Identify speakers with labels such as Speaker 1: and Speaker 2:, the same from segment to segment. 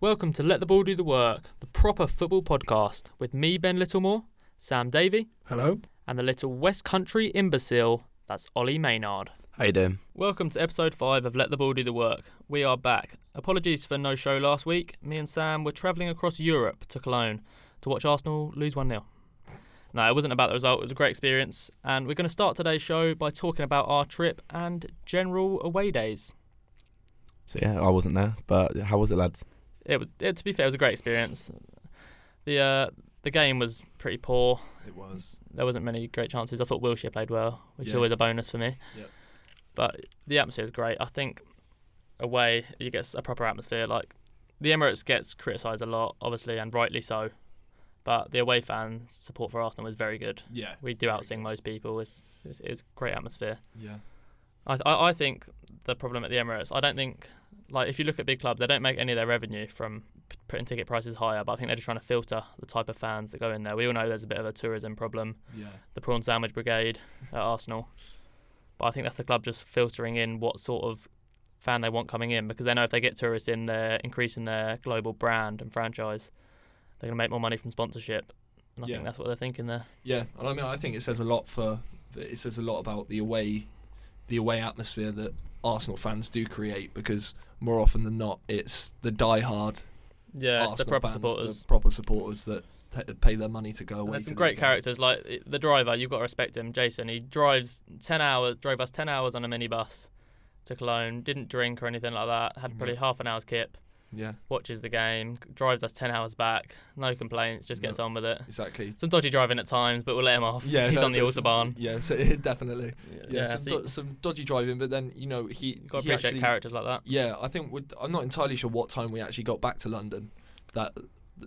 Speaker 1: Welcome to Let the Ball Do the Work, the proper football podcast with me, Ben Littlemore, Sam Davey,
Speaker 2: Hello.
Speaker 1: and the little West Country imbecile, that's Ollie Maynard.
Speaker 3: How you doing?
Speaker 1: Welcome to episode 5 of Let the Ball Do the Work. We are back. Apologies for no show last week. Me and Sam were travelling across Europe to Cologne to watch Arsenal lose 1 0. No, it wasn't about the result, it was a great experience. And we're going to start today's show by talking about our trip and general away days.
Speaker 3: So yeah, I wasn't there, but how was it, lads?
Speaker 1: It was, it, to be fair, it was a great experience. The uh, the game was pretty poor.
Speaker 2: It was.
Speaker 1: There wasn't many great chances. I thought Wilshire played well, which is
Speaker 2: Yeah.
Speaker 1: always a bonus for me.
Speaker 2: Yep.
Speaker 1: But the atmosphere is great. I think away you get a proper atmosphere. Like the Emirates gets criticised a lot, obviously, and rightly so. But the away fans' support for Arsenal was very good.
Speaker 2: Yeah.
Speaker 1: We do
Speaker 2: Very
Speaker 1: outsing
Speaker 2: good.
Speaker 1: most people. It's, it's, it's great atmosphere.
Speaker 2: Yeah.
Speaker 1: I, I I think the problem at the Emirates, I don't think, like, if you look at big clubs, they don't make any of their revenue from p- putting ticket prices higher, but I think they're just trying to filter the type of fans that go in there. We all know there's a bit of a tourism problem,
Speaker 2: Yeah.
Speaker 1: the prawn sandwich brigade at Arsenal, but I think that's the club just filtering in what sort of fan they want coming in because they know if they get tourists in, they're increasing their global brand and franchise. They're going to make more money from sponsorship. And I
Speaker 2: Yeah.
Speaker 1: think that's what they're thinking there.
Speaker 2: Yeah. And I mean, I think it says a lot for it says a lot about the away, the away atmosphere that Arsenal fans do create because more often than not, it's the die-hard
Speaker 1: Yeah,
Speaker 2: Arsenal
Speaker 1: it's the proper
Speaker 2: fans,
Speaker 1: supporters.
Speaker 2: the proper supporters that t- pay their money to go away.
Speaker 1: And there's
Speaker 2: to
Speaker 1: some
Speaker 2: these
Speaker 1: great
Speaker 2: games.
Speaker 1: characters like i- the driver. You've got to respect him, Jason. He drives ten hours, drove us ten hours on a minibus to Cologne. Didn't drink or anything like that. Had
Speaker 2: Mhm.
Speaker 1: probably half an hour's kip.
Speaker 2: Yeah.
Speaker 1: Watches the game. c- Drives us ten hours back. No complaints. Just gets
Speaker 2: No.
Speaker 1: on with it.
Speaker 2: Exactly.
Speaker 1: Some dodgy driving at times, but we'll let him off.
Speaker 2: Yeah.
Speaker 1: he's
Speaker 2: no,
Speaker 1: on the
Speaker 2: there's some-
Speaker 1: autobahn.
Speaker 2: Yeah. So definitely.
Speaker 1: Yeah,
Speaker 2: Yeah. some,
Speaker 1: so you-
Speaker 2: do- some dodgy driving, but then you know he.
Speaker 1: you've got to
Speaker 2: he
Speaker 1: appreciate
Speaker 2: actually,
Speaker 1: characters like that.
Speaker 2: Yeah, I think we'd, I'm not entirely sure what time we actually got back to London. That,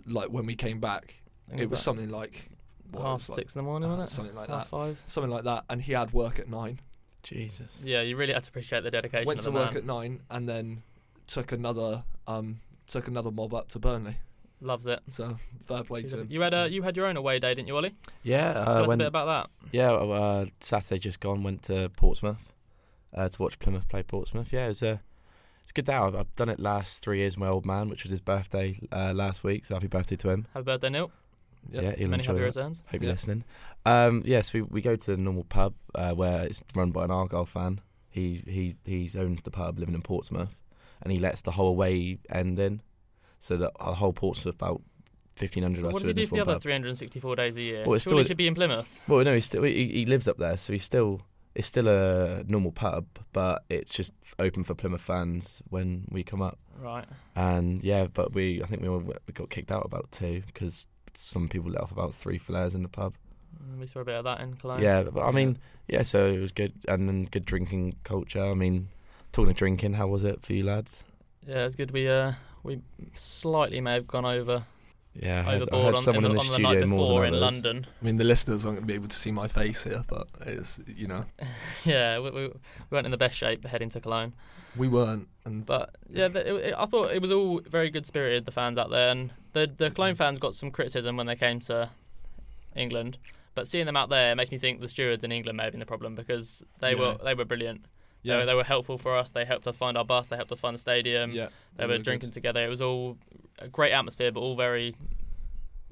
Speaker 2: like when we came back,
Speaker 1: I think
Speaker 2: it was
Speaker 1: about
Speaker 2: something like what, it
Speaker 1: half
Speaker 2: was like-
Speaker 1: six in the morning,
Speaker 2: uh,
Speaker 1: wasn't it?
Speaker 2: something like
Speaker 1: half
Speaker 2: that.
Speaker 1: five.
Speaker 2: Something like that, and he had work at nine.
Speaker 3: Jesus.
Speaker 1: Yeah, you really had to appreciate the dedication.
Speaker 2: went
Speaker 1: of
Speaker 2: to
Speaker 1: the
Speaker 2: work
Speaker 1: man.
Speaker 2: at nine, and then took another um took another mob up to Burnley.
Speaker 1: Loves it.
Speaker 2: So fair play
Speaker 1: She's
Speaker 2: to
Speaker 1: a-
Speaker 2: him.
Speaker 1: You had a you had your own away day, didn't you, Ollie?
Speaker 3: Yeah, uh,
Speaker 1: Tell us a
Speaker 3: went-
Speaker 1: bit about that.
Speaker 3: yeah. Uh, Saturday just gone. Went to Portsmouth uh, to watch Plymouth play Portsmouth. Yeah, it was a it's a good day. I've, I've done it last three years. with My old man, which was his birthday uh, last week, so happy birthday to him.
Speaker 1: Happy birthday, Neil.
Speaker 2: Yep.
Speaker 3: Yeah, he'll
Speaker 1: Many
Speaker 3: enjoy
Speaker 1: happy
Speaker 3: that.
Speaker 1: returns.
Speaker 3: Hope you're
Speaker 2: Yeah.
Speaker 3: listening. Um, yes, we, we go to the normal pub uh, where it's run by an Argyle fan. He he he owns the pub, living in Portsmouth, and he lets the whole away end in, so that the whole Portsmouth about fifteen hundred.
Speaker 1: So
Speaker 3: us
Speaker 1: what does
Speaker 3: are
Speaker 1: he
Speaker 3: in
Speaker 1: do
Speaker 3: this
Speaker 1: for the
Speaker 3: one
Speaker 1: other
Speaker 3: pub.
Speaker 1: 364 days of the year?
Speaker 3: Well,
Speaker 1: Surely
Speaker 3: it's still
Speaker 1: he
Speaker 3: a-
Speaker 1: should be in Plymouth.
Speaker 3: Well, no, he's still, he, he lives up there, so he's still it's still a normal pub, but it's just open for Plymouth fans when we come up.
Speaker 1: Right.
Speaker 3: And yeah, but we I think we were, we got kicked out about two because some people let off about three flares in the pub.
Speaker 1: Mm, We saw a bit of that in Cologne.
Speaker 3: Yeah, but I mean, yeah. So it was good, and then good drinking culture. I mean, talking of drinking, how was it for you lads?
Speaker 1: Yeah, it's good. We uh, we slightly may have gone over
Speaker 3: Yeah, I heard, I
Speaker 1: overboard
Speaker 3: heard
Speaker 1: on,
Speaker 3: someone
Speaker 1: in
Speaker 3: in
Speaker 1: the,
Speaker 3: the,
Speaker 1: on the
Speaker 3: studio
Speaker 1: night
Speaker 3: more
Speaker 1: before
Speaker 3: than
Speaker 1: in
Speaker 3: others.
Speaker 1: London.
Speaker 2: I mean, the listeners aren't going to be able to see my face here, but it's you know
Speaker 1: yeah, we, we, we weren't in the best shape heading to Cologne.
Speaker 2: we weren't, and
Speaker 1: But yeah, the, it, it, I thought it was all very good spirited. The fans out there, and the the Cologne fans got some criticism when they came to England. But seeing them out there makes me think the stewards in England may have been the problem because they were
Speaker 2: Yeah.
Speaker 1: they were brilliant. They, were, they were helpful for us. They helped us find our bus. They helped us find the stadium.
Speaker 2: yeah,
Speaker 1: They were
Speaker 2: good.
Speaker 1: drinking together. It was all a great atmosphere, but all very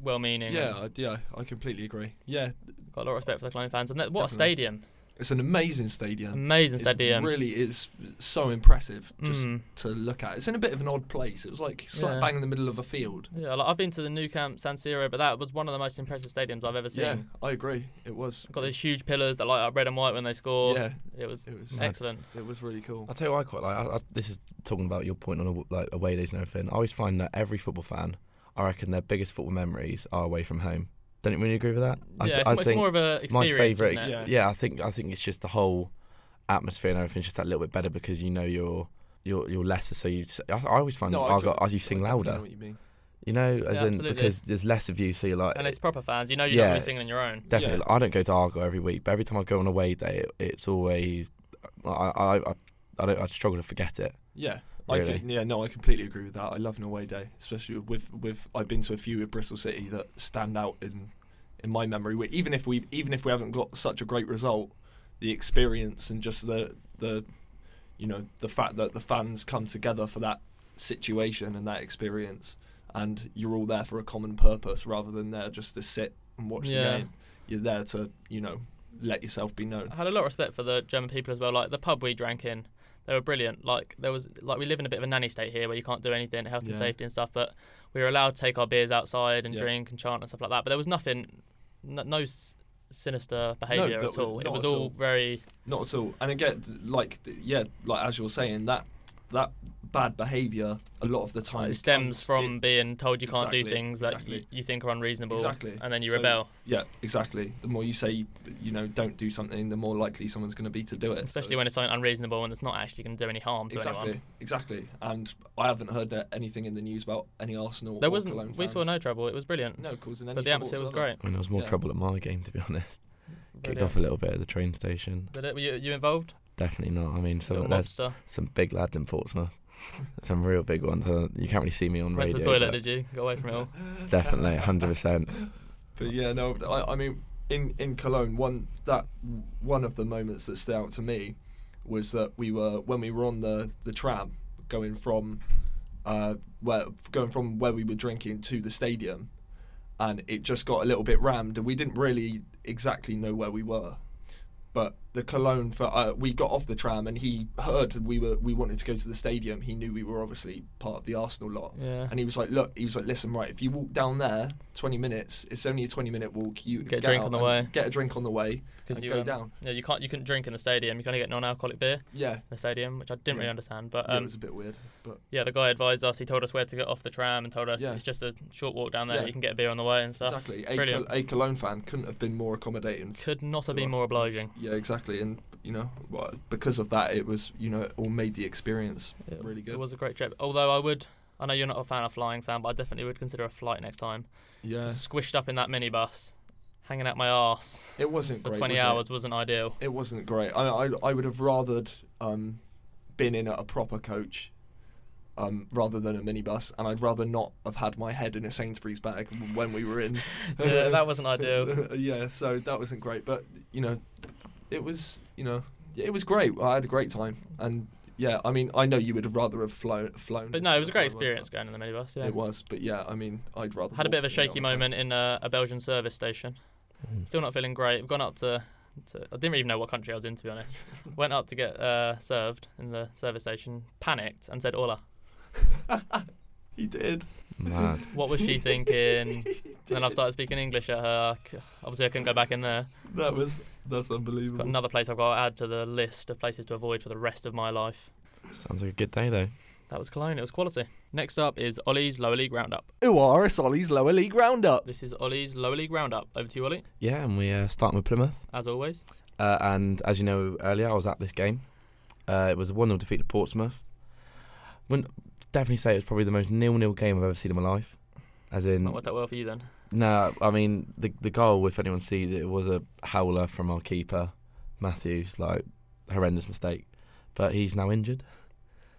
Speaker 1: well-meaning. and
Speaker 2: Yeah, I- yeah, I completely agree. Yeah,
Speaker 1: got a lot of respect for the Cologne fans. And that, what a
Speaker 2: Definitely.
Speaker 1: stadium!
Speaker 2: it's an amazing stadium.
Speaker 1: Amazing
Speaker 2: It's
Speaker 1: stadium.
Speaker 2: really is so impressive just
Speaker 1: Mm.
Speaker 2: to look at. It's in a bit of an odd place. It was like slap
Speaker 1: Yeah.
Speaker 2: bang in the middle of a field.
Speaker 1: Yeah, like, I've been to the new camp, San Siro, but that was one of the most impressive stadiums I've ever seen.
Speaker 2: Yeah, I agree. It was.
Speaker 1: Got these huge pillars that light up red and white when they score.
Speaker 2: Yeah,
Speaker 1: It was
Speaker 2: it was.
Speaker 3: Mad.
Speaker 1: excellent.
Speaker 2: It was really cool.
Speaker 3: I tell you, what I quite like. I, I, this is talking about your point on a, like away days and everything. I always find that every football fan, I reckon their biggest football memories are away from home. Don't you really agree with that? I,
Speaker 1: yeah,
Speaker 3: th-
Speaker 1: it's,
Speaker 3: I
Speaker 1: mo- it's more of a
Speaker 3: my
Speaker 1: experience.
Speaker 3: favorite.
Speaker 1: isn't it?
Speaker 2: ex-
Speaker 3: yeah. I think I think it's just the whole atmosphere and everything's just that little bit better because you know you're you're you're lesser, so you. s- I, I always find
Speaker 2: No, I
Speaker 3: I got
Speaker 2: could-
Speaker 3: as you sing
Speaker 2: I definitely
Speaker 3: louder.
Speaker 2: know what you mean.
Speaker 3: You know, as
Speaker 1: Yeah,
Speaker 3: in
Speaker 1: absolutely.
Speaker 3: because there's less of you, so you're like
Speaker 1: And it's proper fans. You know you're not
Speaker 3: Yeah.
Speaker 1: really singing on your own.
Speaker 3: definitely.
Speaker 2: yeah.
Speaker 3: like, I don't go to Argo every week, but every time I go on away day, it, it's always I I I, I, don't, I struggle to forget it.
Speaker 2: Yeah, I
Speaker 3: Really.
Speaker 2: could, yeah, no, I completely agree with that. I love an away day, especially with with I've been to a few with Bristol City that stand out in in my memory. Where even if we even if we haven't got such a great result, the experience and just the the you know the fact that the fans come together for that situation and that experience, and you're all there for a common purpose rather than there just to sit and watch
Speaker 1: Yeah.
Speaker 2: the game. You're there to you know let yourself be known.
Speaker 1: I had a lot of respect for the German people as well. Like the pub we drank in, they were brilliant. Like there was like we live in a bit of a nanny state here where you can't do anything, health and
Speaker 2: Yeah.
Speaker 1: safety and stuff. But we were allowed to take our beers outside and
Speaker 2: Yeah.
Speaker 1: drink and chant and stuff like that. But there was nothing, no, no s- sinister behaviour
Speaker 2: but
Speaker 1: at all. It
Speaker 2: not
Speaker 1: was
Speaker 2: at
Speaker 1: all,
Speaker 2: all.
Speaker 1: very
Speaker 2: Not at all. And again, th- like th- yeah, like as you're saying that that bad behaviour a lot of the time
Speaker 1: it stems
Speaker 2: comes-
Speaker 1: from
Speaker 2: it-
Speaker 1: being told you can't do
Speaker 2: Exactly,
Speaker 1: things that
Speaker 2: exactly.
Speaker 1: you, you think are unreasonable,
Speaker 2: Exactly.
Speaker 1: and then you
Speaker 2: So-
Speaker 1: rebel.
Speaker 2: yeah, exactly. The more you say you know don't do something, the more likely someone's going to be to do it. So
Speaker 1: Especially when it's something unreasonable and it's not actually going to do any harm to
Speaker 2: exactly
Speaker 1: anyone.
Speaker 2: exactly. And I haven't heard uh, anything in the news about any Arsenal.
Speaker 1: There
Speaker 2: or
Speaker 1: wasn't.
Speaker 2: Cologne
Speaker 1: We saw
Speaker 2: fans.
Speaker 1: no trouble. It was brilliant.
Speaker 2: no causing any.
Speaker 1: but the
Speaker 2: trouble
Speaker 1: atmosphere was
Speaker 2: whatsoever.
Speaker 1: great.
Speaker 3: I mean, there was more
Speaker 2: Yeah.
Speaker 3: trouble at my game, to be honest. Kicked
Speaker 1: Brilliant.
Speaker 3: off a little bit at the train station.
Speaker 1: Did it, uh, were you, you involved?
Speaker 3: Definitely not. I mean, some
Speaker 1: Little
Speaker 3: there's
Speaker 1: mobster.
Speaker 3: some big lads in Portsmouth. some real big ones. Uh, you can't really see me on
Speaker 1: Went
Speaker 3: radio.
Speaker 1: to the toilet,
Speaker 3: but
Speaker 1: did you? Got away from it all.
Speaker 3: Definitely, hundred percent.
Speaker 2: But yeah, no, I, I mean, in, in Cologne, one that one of the moments that stood out to me was that we were when we were on the, the tram going from uh, where going from where we were drinking to the stadium, and it just got a little bit rammed, and we didn't really exactly know where we were. But the Cologne, for, uh, we got off the tram, and he heard we were we wanted to go to the stadium. He knew we were obviously part of the Arsenal lot,
Speaker 1: Yeah.
Speaker 2: and he was like, "Look," he was like, "Listen, right, if you walk down there, twenty minutes. It's only a twenty-minute walk. You
Speaker 1: Get a drink
Speaker 2: out
Speaker 1: on the
Speaker 2: and
Speaker 1: way."
Speaker 2: Get a drink on the way
Speaker 1: Because
Speaker 2: and
Speaker 1: you,
Speaker 2: go
Speaker 1: um,
Speaker 2: down.
Speaker 1: yeah, you can't you couldn't drink in the stadium. You can only get non-alcoholic beer in
Speaker 2: Yeah,
Speaker 1: the stadium, which I didn't
Speaker 2: Yeah.
Speaker 1: really understand. But
Speaker 2: yeah, it
Speaker 1: um,
Speaker 2: was a bit weird, but
Speaker 1: yeah, the guy advised us. He told us where to get off the tram and told us
Speaker 2: Yeah.
Speaker 1: it's just a short walk down there.
Speaker 2: Yeah.
Speaker 1: You can get a beer on the way and stuff.
Speaker 2: exactly. A, Col-
Speaker 1: Brilliant.
Speaker 2: a Cologne fan couldn't have been more accommodating.
Speaker 1: Could not
Speaker 2: to
Speaker 1: have been
Speaker 2: us.
Speaker 1: more obliging.
Speaker 2: Yeah, exactly. And you know, well, because of that, it was you know, it all made the experience
Speaker 1: It-
Speaker 2: really good.
Speaker 1: It was a great trip. Although I would, I know you're not a fan of flying, Sam, but I definitely would consider a flight next time.
Speaker 2: yeah,
Speaker 1: Squished up in that minibus, hanging out my arse
Speaker 2: it wasn't
Speaker 1: for
Speaker 2: great,
Speaker 1: 20
Speaker 2: was it?
Speaker 1: hours wasn't ideal.
Speaker 2: It wasn't great. I I, I would have rathered um, been in at a proper coach um, rather than a minibus, and I'd rather not have had my head in a Sainsbury's bag w- when we were in.
Speaker 1: yeah, that wasn't ideal.
Speaker 2: yeah, so that wasn't great, but you know, it was you know, yeah, it was great. I had a great time, and yeah, I mean, I know you would have rather have flown, flown.
Speaker 1: But
Speaker 2: if
Speaker 1: no, it was a
Speaker 2: if
Speaker 1: great
Speaker 2: I weren't,
Speaker 1: experience going in the minibus.
Speaker 2: but
Speaker 1: Yeah.
Speaker 2: It was, but yeah, I mean, I'd rather
Speaker 1: Had a bit of
Speaker 2: walk
Speaker 1: a
Speaker 2: than
Speaker 1: shaky
Speaker 2: go on a plane.
Speaker 1: moment in uh, a, a Belgian service station. Still not feeling great. I've gone up to, to I didn't even know what country I was in to be honest. Went up to get uh, served in the service station, panicked and said "Hola."
Speaker 2: He did.
Speaker 3: Mad.
Speaker 1: What was she thinking? then I started speaking English at her. I c- Obviously, I couldn't go back in there.
Speaker 2: That was that's
Speaker 1: It's got
Speaker 2: unbelievable.
Speaker 1: another place I've got to add to the list of places to avoid for the rest of my life.
Speaker 3: Sounds like a good day though.
Speaker 1: That was Cologne. It was quality. Next up is Ollie's Lower League Roundup.
Speaker 2: Who are us Ollie's lower league roundup?
Speaker 1: This is Ollie's Lower League Roundup. Over to you, Ollie.
Speaker 3: Yeah, and we uh, starting with Plymouth.
Speaker 1: As always,
Speaker 3: Uh, and as you know earlier, I was at this game. Uh, it was a 1 0 defeat to Portsmouth. Wouldn't definitely say it was probably the most nil nil game I've ever seen in my life. As in,
Speaker 1: not worked out well for you then.
Speaker 3: no, I mean, the the goal, if anyone sees it, was a howler from our keeper, Matthews. Like, horrendous mistake. But he's now injured,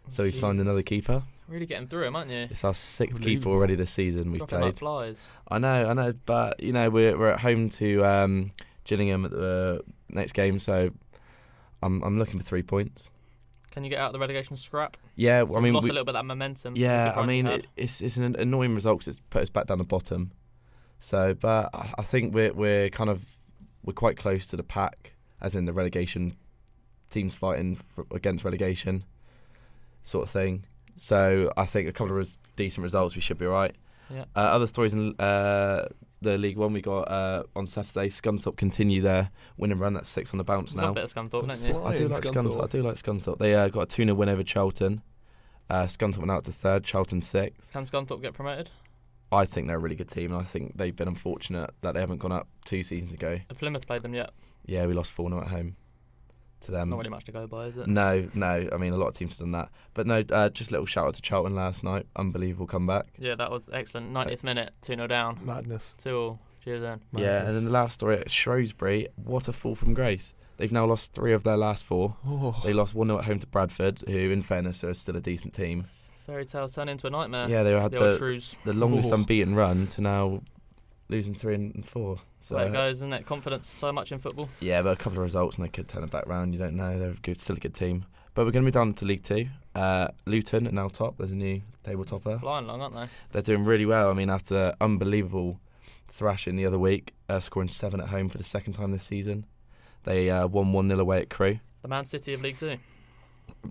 Speaker 3: so we've signed
Speaker 1: Jesus.
Speaker 3: another keeper.
Speaker 1: Really getting through him, aren't you?
Speaker 3: It's our sixth keeper
Speaker 2: Unbelievable.
Speaker 3: already this season we've
Speaker 1: Dropping
Speaker 3: played.
Speaker 1: like flies.
Speaker 3: I know, I know, but you know we're we're at home to um, Gillingham at the next game, so I'm I'm looking for three points.
Speaker 1: Can you get out of the relegation scrap?
Speaker 3: Yeah,
Speaker 1: So
Speaker 3: I
Speaker 1: we've
Speaker 3: mean,
Speaker 1: lost
Speaker 3: we-
Speaker 1: a little bit of that momentum. from
Speaker 3: yeah,
Speaker 1: the
Speaker 3: I
Speaker 1: run
Speaker 3: mean
Speaker 1: you had.
Speaker 3: it, it's it's an annoying result 'cause it's put us back down the bottom. So, but I I think we're we're kind of we're quite close to the pack, as in the relegation teams fighting for, against relegation, sort of thing. So I think a couple of res- decent results, we should be all right.
Speaker 1: Yeah.
Speaker 3: Uh, other stories in uh, the League One we got uh, on Saturday. Scunthorpe continue their win and run. That's six on the bounce
Speaker 1: You love
Speaker 3: now.
Speaker 1: a bit of Scunthorpe, don't you?
Speaker 2: Fly.
Speaker 3: I do
Speaker 2: Lions,
Speaker 3: like Scunthorpe.
Speaker 2: Scunthorpe.
Speaker 3: I do like Scunthorpe. They uh, got a 2 0 win over Charlton. Uh, Scunthorpe went out to third, Charlton sixth.
Speaker 1: Can Scunthorpe get promoted?
Speaker 3: I think they're a really good team, and I think they've been unfortunate that they haven't gone up two seasons ago.
Speaker 1: Have Plymouth played them yet?
Speaker 3: Yeah, we lost 4 0 at home to them.
Speaker 1: Not really much to go by, is it?
Speaker 3: Um, no, no. I mean, a lot of teams have done that. But no, uh, just a little shout out to Charlton last night. Unbelievable comeback.
Speaker 1: Yeah, that was excellent. 90th minute, 2 0 down.
Speaker 2: Madness.
Speaker 1: 2 all. Cheers then.
Speaker 3: Yeah, and then the last story at Shrewsbury, what a fall from grace. They've now lost three of their last four.
Speaker 2: Oh.
Speaker 3: They lost 1 0 at home to Bradford, who, in fairness, are still a decent team.
Speaker 1: Fairy tales turn into a nightmare.
Speaker 3: yeah, they had
Speaker 1: the old
Speaker 3: the,
Speaker 1: shrews.
Speaker 3: the longest
Speaker 2: Oh.
Speaker 3: unbeaten run to now losing three and four.
Speaker 1: That's
Speaker 3: So
Speaker 1: the way it goes, isn't it? Confidence is so much in football.
Speaker 3: yeah, but a couple of results and they could turn it back round. You don't know. They're good, still a good team. But we're going to be down to League Two. Uh, Luton are now top. There's a new table topper.
Speaker 1: Flying long, aren't they?
Speaker 3: They're doing really well. I mean, after unbelievable thrashing the other week, uh, scoring seven at home for the second time this season. They uh, won 1 0 away at Crew.
Speaker 1: The Man City of League Two.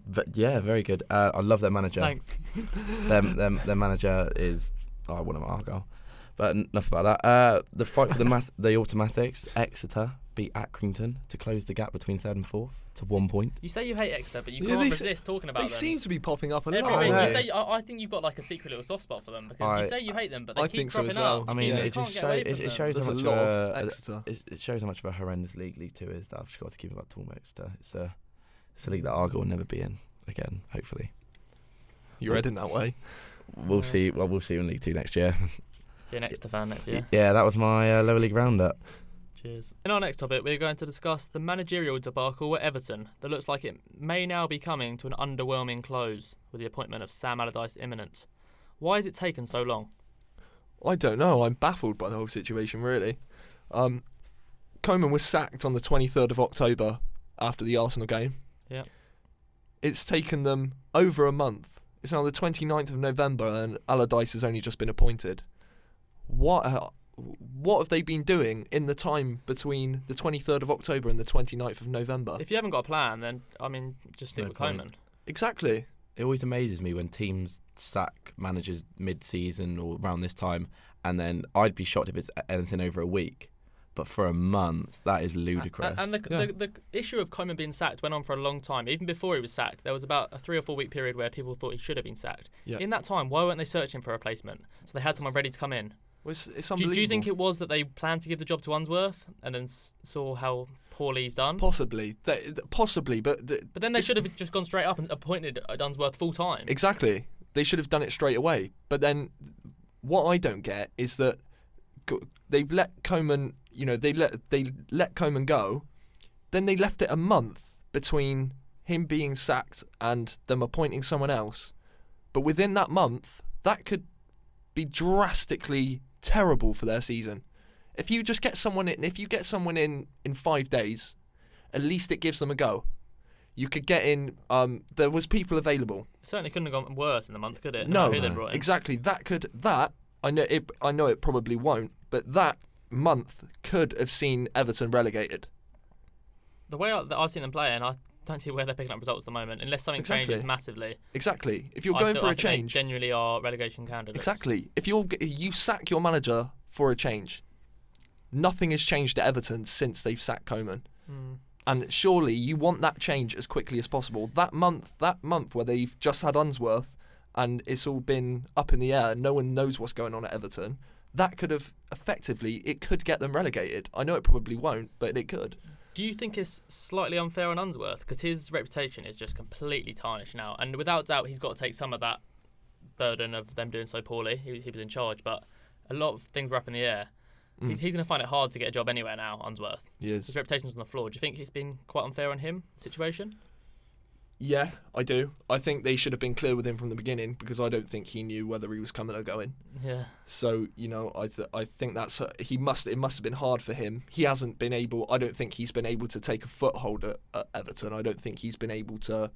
Speaker 3: V- yeah, very good. Uh, I love their manager.
Speaker 1: Thanks.
Speaker 3: Their, their, their manager is. Oh, I want him at Argyle. But enough about that. Uh, the fight for the, mat- the automatics, Exeter beat Accrington to close the gap between third and fourth to one point.
Speaker 1: You say you hate Exeter, but you
Speaker 2: Yeah,
Speaker 1: can't
Speaker 2: they s-
Speaker 1: resist talking about
Speaker 2: They
Speaker 1: them.
Speaker 2: seem to be popping up a
Speaker 1: Every
Speaker 2: lot.
Speaker 1: week
Speaker 3: I
Speaker 1: you
Speaker 3: know.
Speaker 1: say, I, I think you've got like a secret little soft spot for them because
Speaker 3: I-
Speaker 1: you say you hate them, but they
Speaker 2: I
Speaker 1: keep
Speaker 2: think so
Speaker 1: cropping
Speaker 2: as well.
Speaker 1: up.
Speaker 3: I mean,
Speaker 2: Yeah.
Speaker 1: You
Speaker 3: it
Speaker 1: can't
Speaker 3: just
Speaker 1: get
Speaker 3: show,
Speaker 1: away
Speaker 3: it,
Speaker 1: from
Speaker 3: it
Speaker 1: them.
Speaker 3: shows
Speaker 2: There's
Speaker 3: how
Speaker 2: a
Speaker 3: much
Speaker 2: lot
Speaker 3: of
Speaker 2: of
Speaker 3: a-
Speaker 2: Exeter.
Speaker 3: it, it shows how much of a horrendous league League Two is. That I've just got to keep it up Torm Exeter. It's a it's a league that Argyle will never be in again. Hopefully,
Speaker 2: You're heading that way.
Speaker 3: we'll
Speaker 1: Yeah.
Speaker 3: see. Well, we'll see you in League Two next year.
Speaker 1: You're an Exeter fan next
Speaker 3: Yeah,
Speaker 1: year.
Speaker 3: that was my uh, lower league roundup.
Speaker 1: Cheers. In our next topic, we're going to discuss the managerial debacle at Everton that looks like it may now be coming to an underwhelming close with the appointment of Sam Allardyce imminent. Why has it taken so long?
Speaker 2: I don't know. I'm baffled by the whole situation, really. Um, Coman was sacked on the 23rd of October after the Arsenal game.
Speaker 1: Yeah.
Speaker 2: It's taken them over a month. It's now the 29th of November, and Allardyce has only just been appointed. What ha- what have they been doing in the time between the 23rd of October and the 29th of November?
Speaker 1: If you haven't got a plan, then I mean, just stick
Speaker 3: No
Speaker 1: with
Speaker 3: point.
Speaker 1: Coleman.
Speaker 2: Exactly.
Speaker 3: It always amazes me when teams sack managers mid-season or around this time, and then I'd be shocked if it's a- anything over a week. But for a month, that is ludicrous.
Speaker 1: And, and the,
Speaker 2: Yeah.
Speaker 1: the, the issue of Coleman being sacked went on for a long time. Even before he was sacked, there was about a three or four week period where people thought he should have been sacked.
Speaker 2: Yeah.
Speaker 1: In that time, why weren't they searching for a replacement? So they had someone ready to come in.
Speaker 2: Well, It's, it's
Speaker 1: Do,
Speaker 2: unbelievable.
Speaker 1: do you think it was that they planned to give the job to Unsworth and then s- saw how poorly he's done?
Speaker 2: possibly? They- th- possibly, but th-
Speaker 1: But then they
Speaker 2: It's-
Speaker 1: should have just gone straight up and appointed Dunsworth full time.
Speaker 2: Exactly. They should have done it straight away. But then, what I don't get is that go- they've let Coman, you know, they let they let Coman go. Then they left it a month between him being sacked and them appointing someone else. But within that month, that could be drastically terrible for their season. If you just get someone in, if you get someone in in five days, at least it gives them a go. You could get in. Um, there was people available.
Speaker 1: It certainly couldn't have gone worse in the month, could it?
Speaker 2: No,
Speaker 1: matter who they
Speaker 3: no.
Speaker 1: brought in.
Speaker 2: Exactly. That could that I know it I know it probably won't, but that month could have seen Everton relegated.
Speaker 1: The way I, that I've seen them play, and I don't see where they're picking up results at the moment, unless something changes
Speaker 2: Exactly.
Speaker 1: massively.
Speaker 2: Exactly. If you're
Speaker 1: I
Speaker 2: going
Speaker 1: still-
Speaker 2: for
Speaker 1: I
Speaker 2: a
Speaker 1: think they
Speaker 2: change,
Speaker 1: genuinely are relegation candidates.
Speaker 2: exactly. If you're g- you sack your manager for a change, nothing has changed at Everton since they've sacked Coman.
Speaker 1: Mm.
Speaker 2: And surely you want that change as quickly as possible. That month, that month where they've just had Unsworth and it's all been up in the air, no one knows what's going on at Everton. That could have effectively, it could get them relegated. I know it probably won't, but it could.
Speaker 1: Do you think it's slightly unfair on Unsworth because his reputation is just completely tarnished now, and without doubt he's got to take some of that burden of them doing so poorly. He, he was in charge, but a lot of things were up in the air.
Speaker 2: Mm.
Speaker 1: He's, he's going to find it hard to get a job anywhere now, Unsworth.
Speaker 2: Yes.
Speaker 1: His reputation's on the floor. Do you think it's been quite unfair on him situation?
Speaker 2: Yeah, I do. I think they should have been clear with him from the beginning because I don't think he knew whether he was coming or going.
Speaker 1: Yeah.
Speaker 2: So you know, I th- I think that's he must it must have been hard for him. He hasn't been able. I don't think he's been able to take a foothold at, at Everton. I don't think he's been able to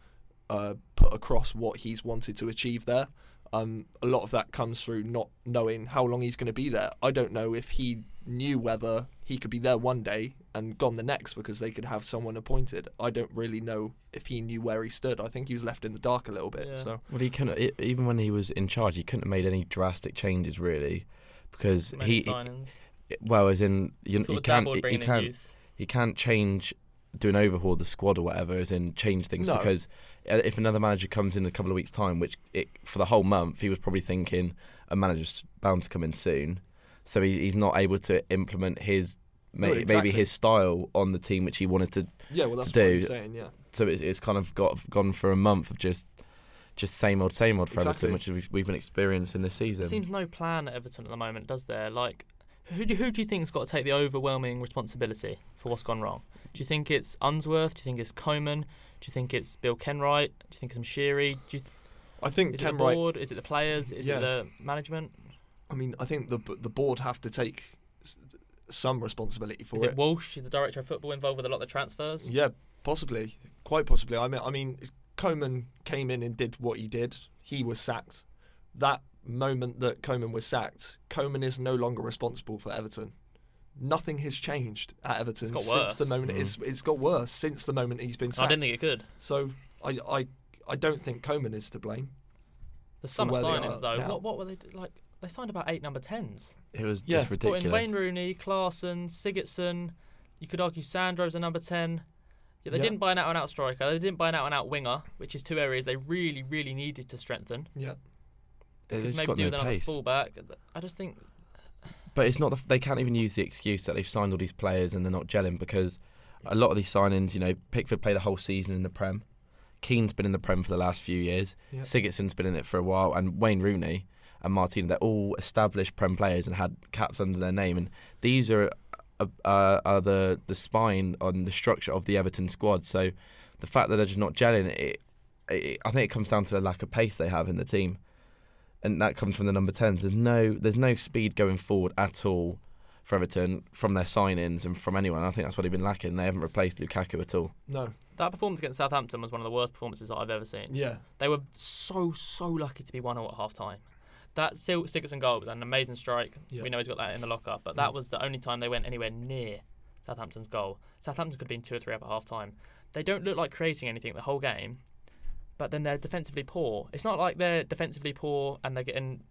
Speaker 2: uh, put across what he's wanted to achieve there. Um, a lot of that comes through not knowing how long he's going to be there. I don't know if he knew whether he could be there one day and gone the next because they could have someone appointed. I don't really know if he knew where he stood. I think he was left in the dark a little bit.
Speaker 1: Yeah.
Speaker 2: So
Speaker 3: Well, he couldn't. e- Even when he was in charge, he couldn't have made any drastic changes really, because
Speaker 1: Many
Speaker 3: he.
Speaker 1: signings.
Speaker 3: Well, as in you,
Speaker 1: Sort
Speaker 3: he
Speaker 1: of
Speaker 3: can't.
Speaker 1: dabbled
Speaker 3: He, he
Speaker 1: bringing in
Speaker 3: can't.
Speaker 1: youth.
Speaker 3: He can't change, do an overhaul of the squad or whatever. As in change things
Speaker 2: No.
Speaker 3: because uh, if another manager comes in a couple of weeks' time, which it, for the whole month he was probably thinking a manager's bound to come in soon, so he, he's not able to implement his. May,
Speaker 2: Well, exactly.
Speaker 3: Maybe his style on the team, which he wanted to,
Speaker 2: yeah, well that's
Speaker 3: To
Speaker 2: what
Speaker 3: do-
Speaker 2: I'm saying. Yeah.
Speaker 3: so it, it's kind of got gone for a month of just, just same old, same old for
Speaker 2: Exactly.
Speaker 3: Everton, which we've, we've been experiencing this season.
Speaker 1: There seems no plan at Everton at the moment, does there? Like, who do, who do you think's got to take the overwhelming responsibility for what's gone wrong? Do you think it's Unsworth? Do you think it's Coman? Do you think it's Bill Kenwright? Do you think it's Mshiri? Do you th-
Speaker 2: I
Speaker 1: is
Speaker 2: think
Speaker 1: it the
Speaker 2: Ken Wright
Speaker 1: board? Is it the players? Is
Speaker 2: Yeah.
Speaker 1: it the management?
Speaker 2: I mean, I think the b- the board have to take s- some responsibility for
Speaker 1: Is it Walsh, the director of football, involved with a lot of the transfers?
Speaker 2: Yeah, possibly, quite possibly. I mean, I mean, Coman came in and did what he did, he was sacked. That moment that Coman was sacked, Coman is no longer responsible for Everton. Nothing has changed at Everton
Speaker 1: got
Speaker 2: since
Speaker 1: worse.
Speaker 2: the moment
Speaker 3: Mm.
Speaker 2: it's it's got worse since the moment he's been
Speaker 1: I
Speaker 2: sacked.
Speaker 1: didn't think it could.
Speaker 2: so I, I I don't think Coman is to blame.
Speaker 1: The summer
Speaker 2: where they are
Speaker 1: signings, though,
Speaker 2: now.
Speaker 1: what what were they do- like? They signed about eight number tens.
Speaker 3: It was
Speaker 2: Yeah.
Speaker 3: just
Speaker 1: Put in
Speaker 3: ridiculous.
Speaker 1: Wayne Rooney, Clarkson, Sigurdsson. You could argue Sandro's a number ten. Yeah, they
Speaker 2: Yeah.
Speaker 1: didn't buy an out and out striker. They didn't buy an out and out winger, which is two areas they really, really needed to strengthen.
Speaker 2: Yeah.
Speaker 3: They've
Speaker 1: Could
Speaker 3: just
Speaker 1: maybe
Speaker 3: got
Speaker 1: do
Speaker 3: no
Speaker 1: with another
Speaker 3: pace.
Speaker 1: fullback. I just think
Speaker 3: But it's not. The, they can't even use the excuse that they've signed all these players and they're not gelling because a lot of these signings, you know, Pickford played a whole season in the Prem. Keane's been in the Prem for the last few years.
Speaker 2: Yeah.
Speaker 3: Sigurdsson's been in it for a while, and Wayne Rooney and Martina, they're all established Prem players and had caps under their name. And these are uh, uh, are the the spine on the structure of the Everton squad. So the fact that they're just not gelling, it, it, I think it comes down to the lack of pace they have in the team, and that comes from the number tens. There's no there's no speed going forward at all for Everton from their signings and from anyone. I think that's what they've been lacking. They haven't replaced Lukaku at all.
Speaker 2: No.
Speaker 1: that performance against Southampton was one of the worst performances that I've ever seen.
Speaker 2: Yeah.
Speaker 1: They were so so lucky to be one 0 at half time. That Sil- Sigurdsson goal was an amazing strike.
Speaker 2: Yeah.
Speaker 1: We know he's got that in the locker, but
Speaker 2: Mm.
Speaker 1: that was the only time they went anywhere near Southampton's goal. Southampton could have been two or three up at half time. They don't look like creating anything the whole game, but then they're defensively poor. It's not like they're defensively poor and they're getting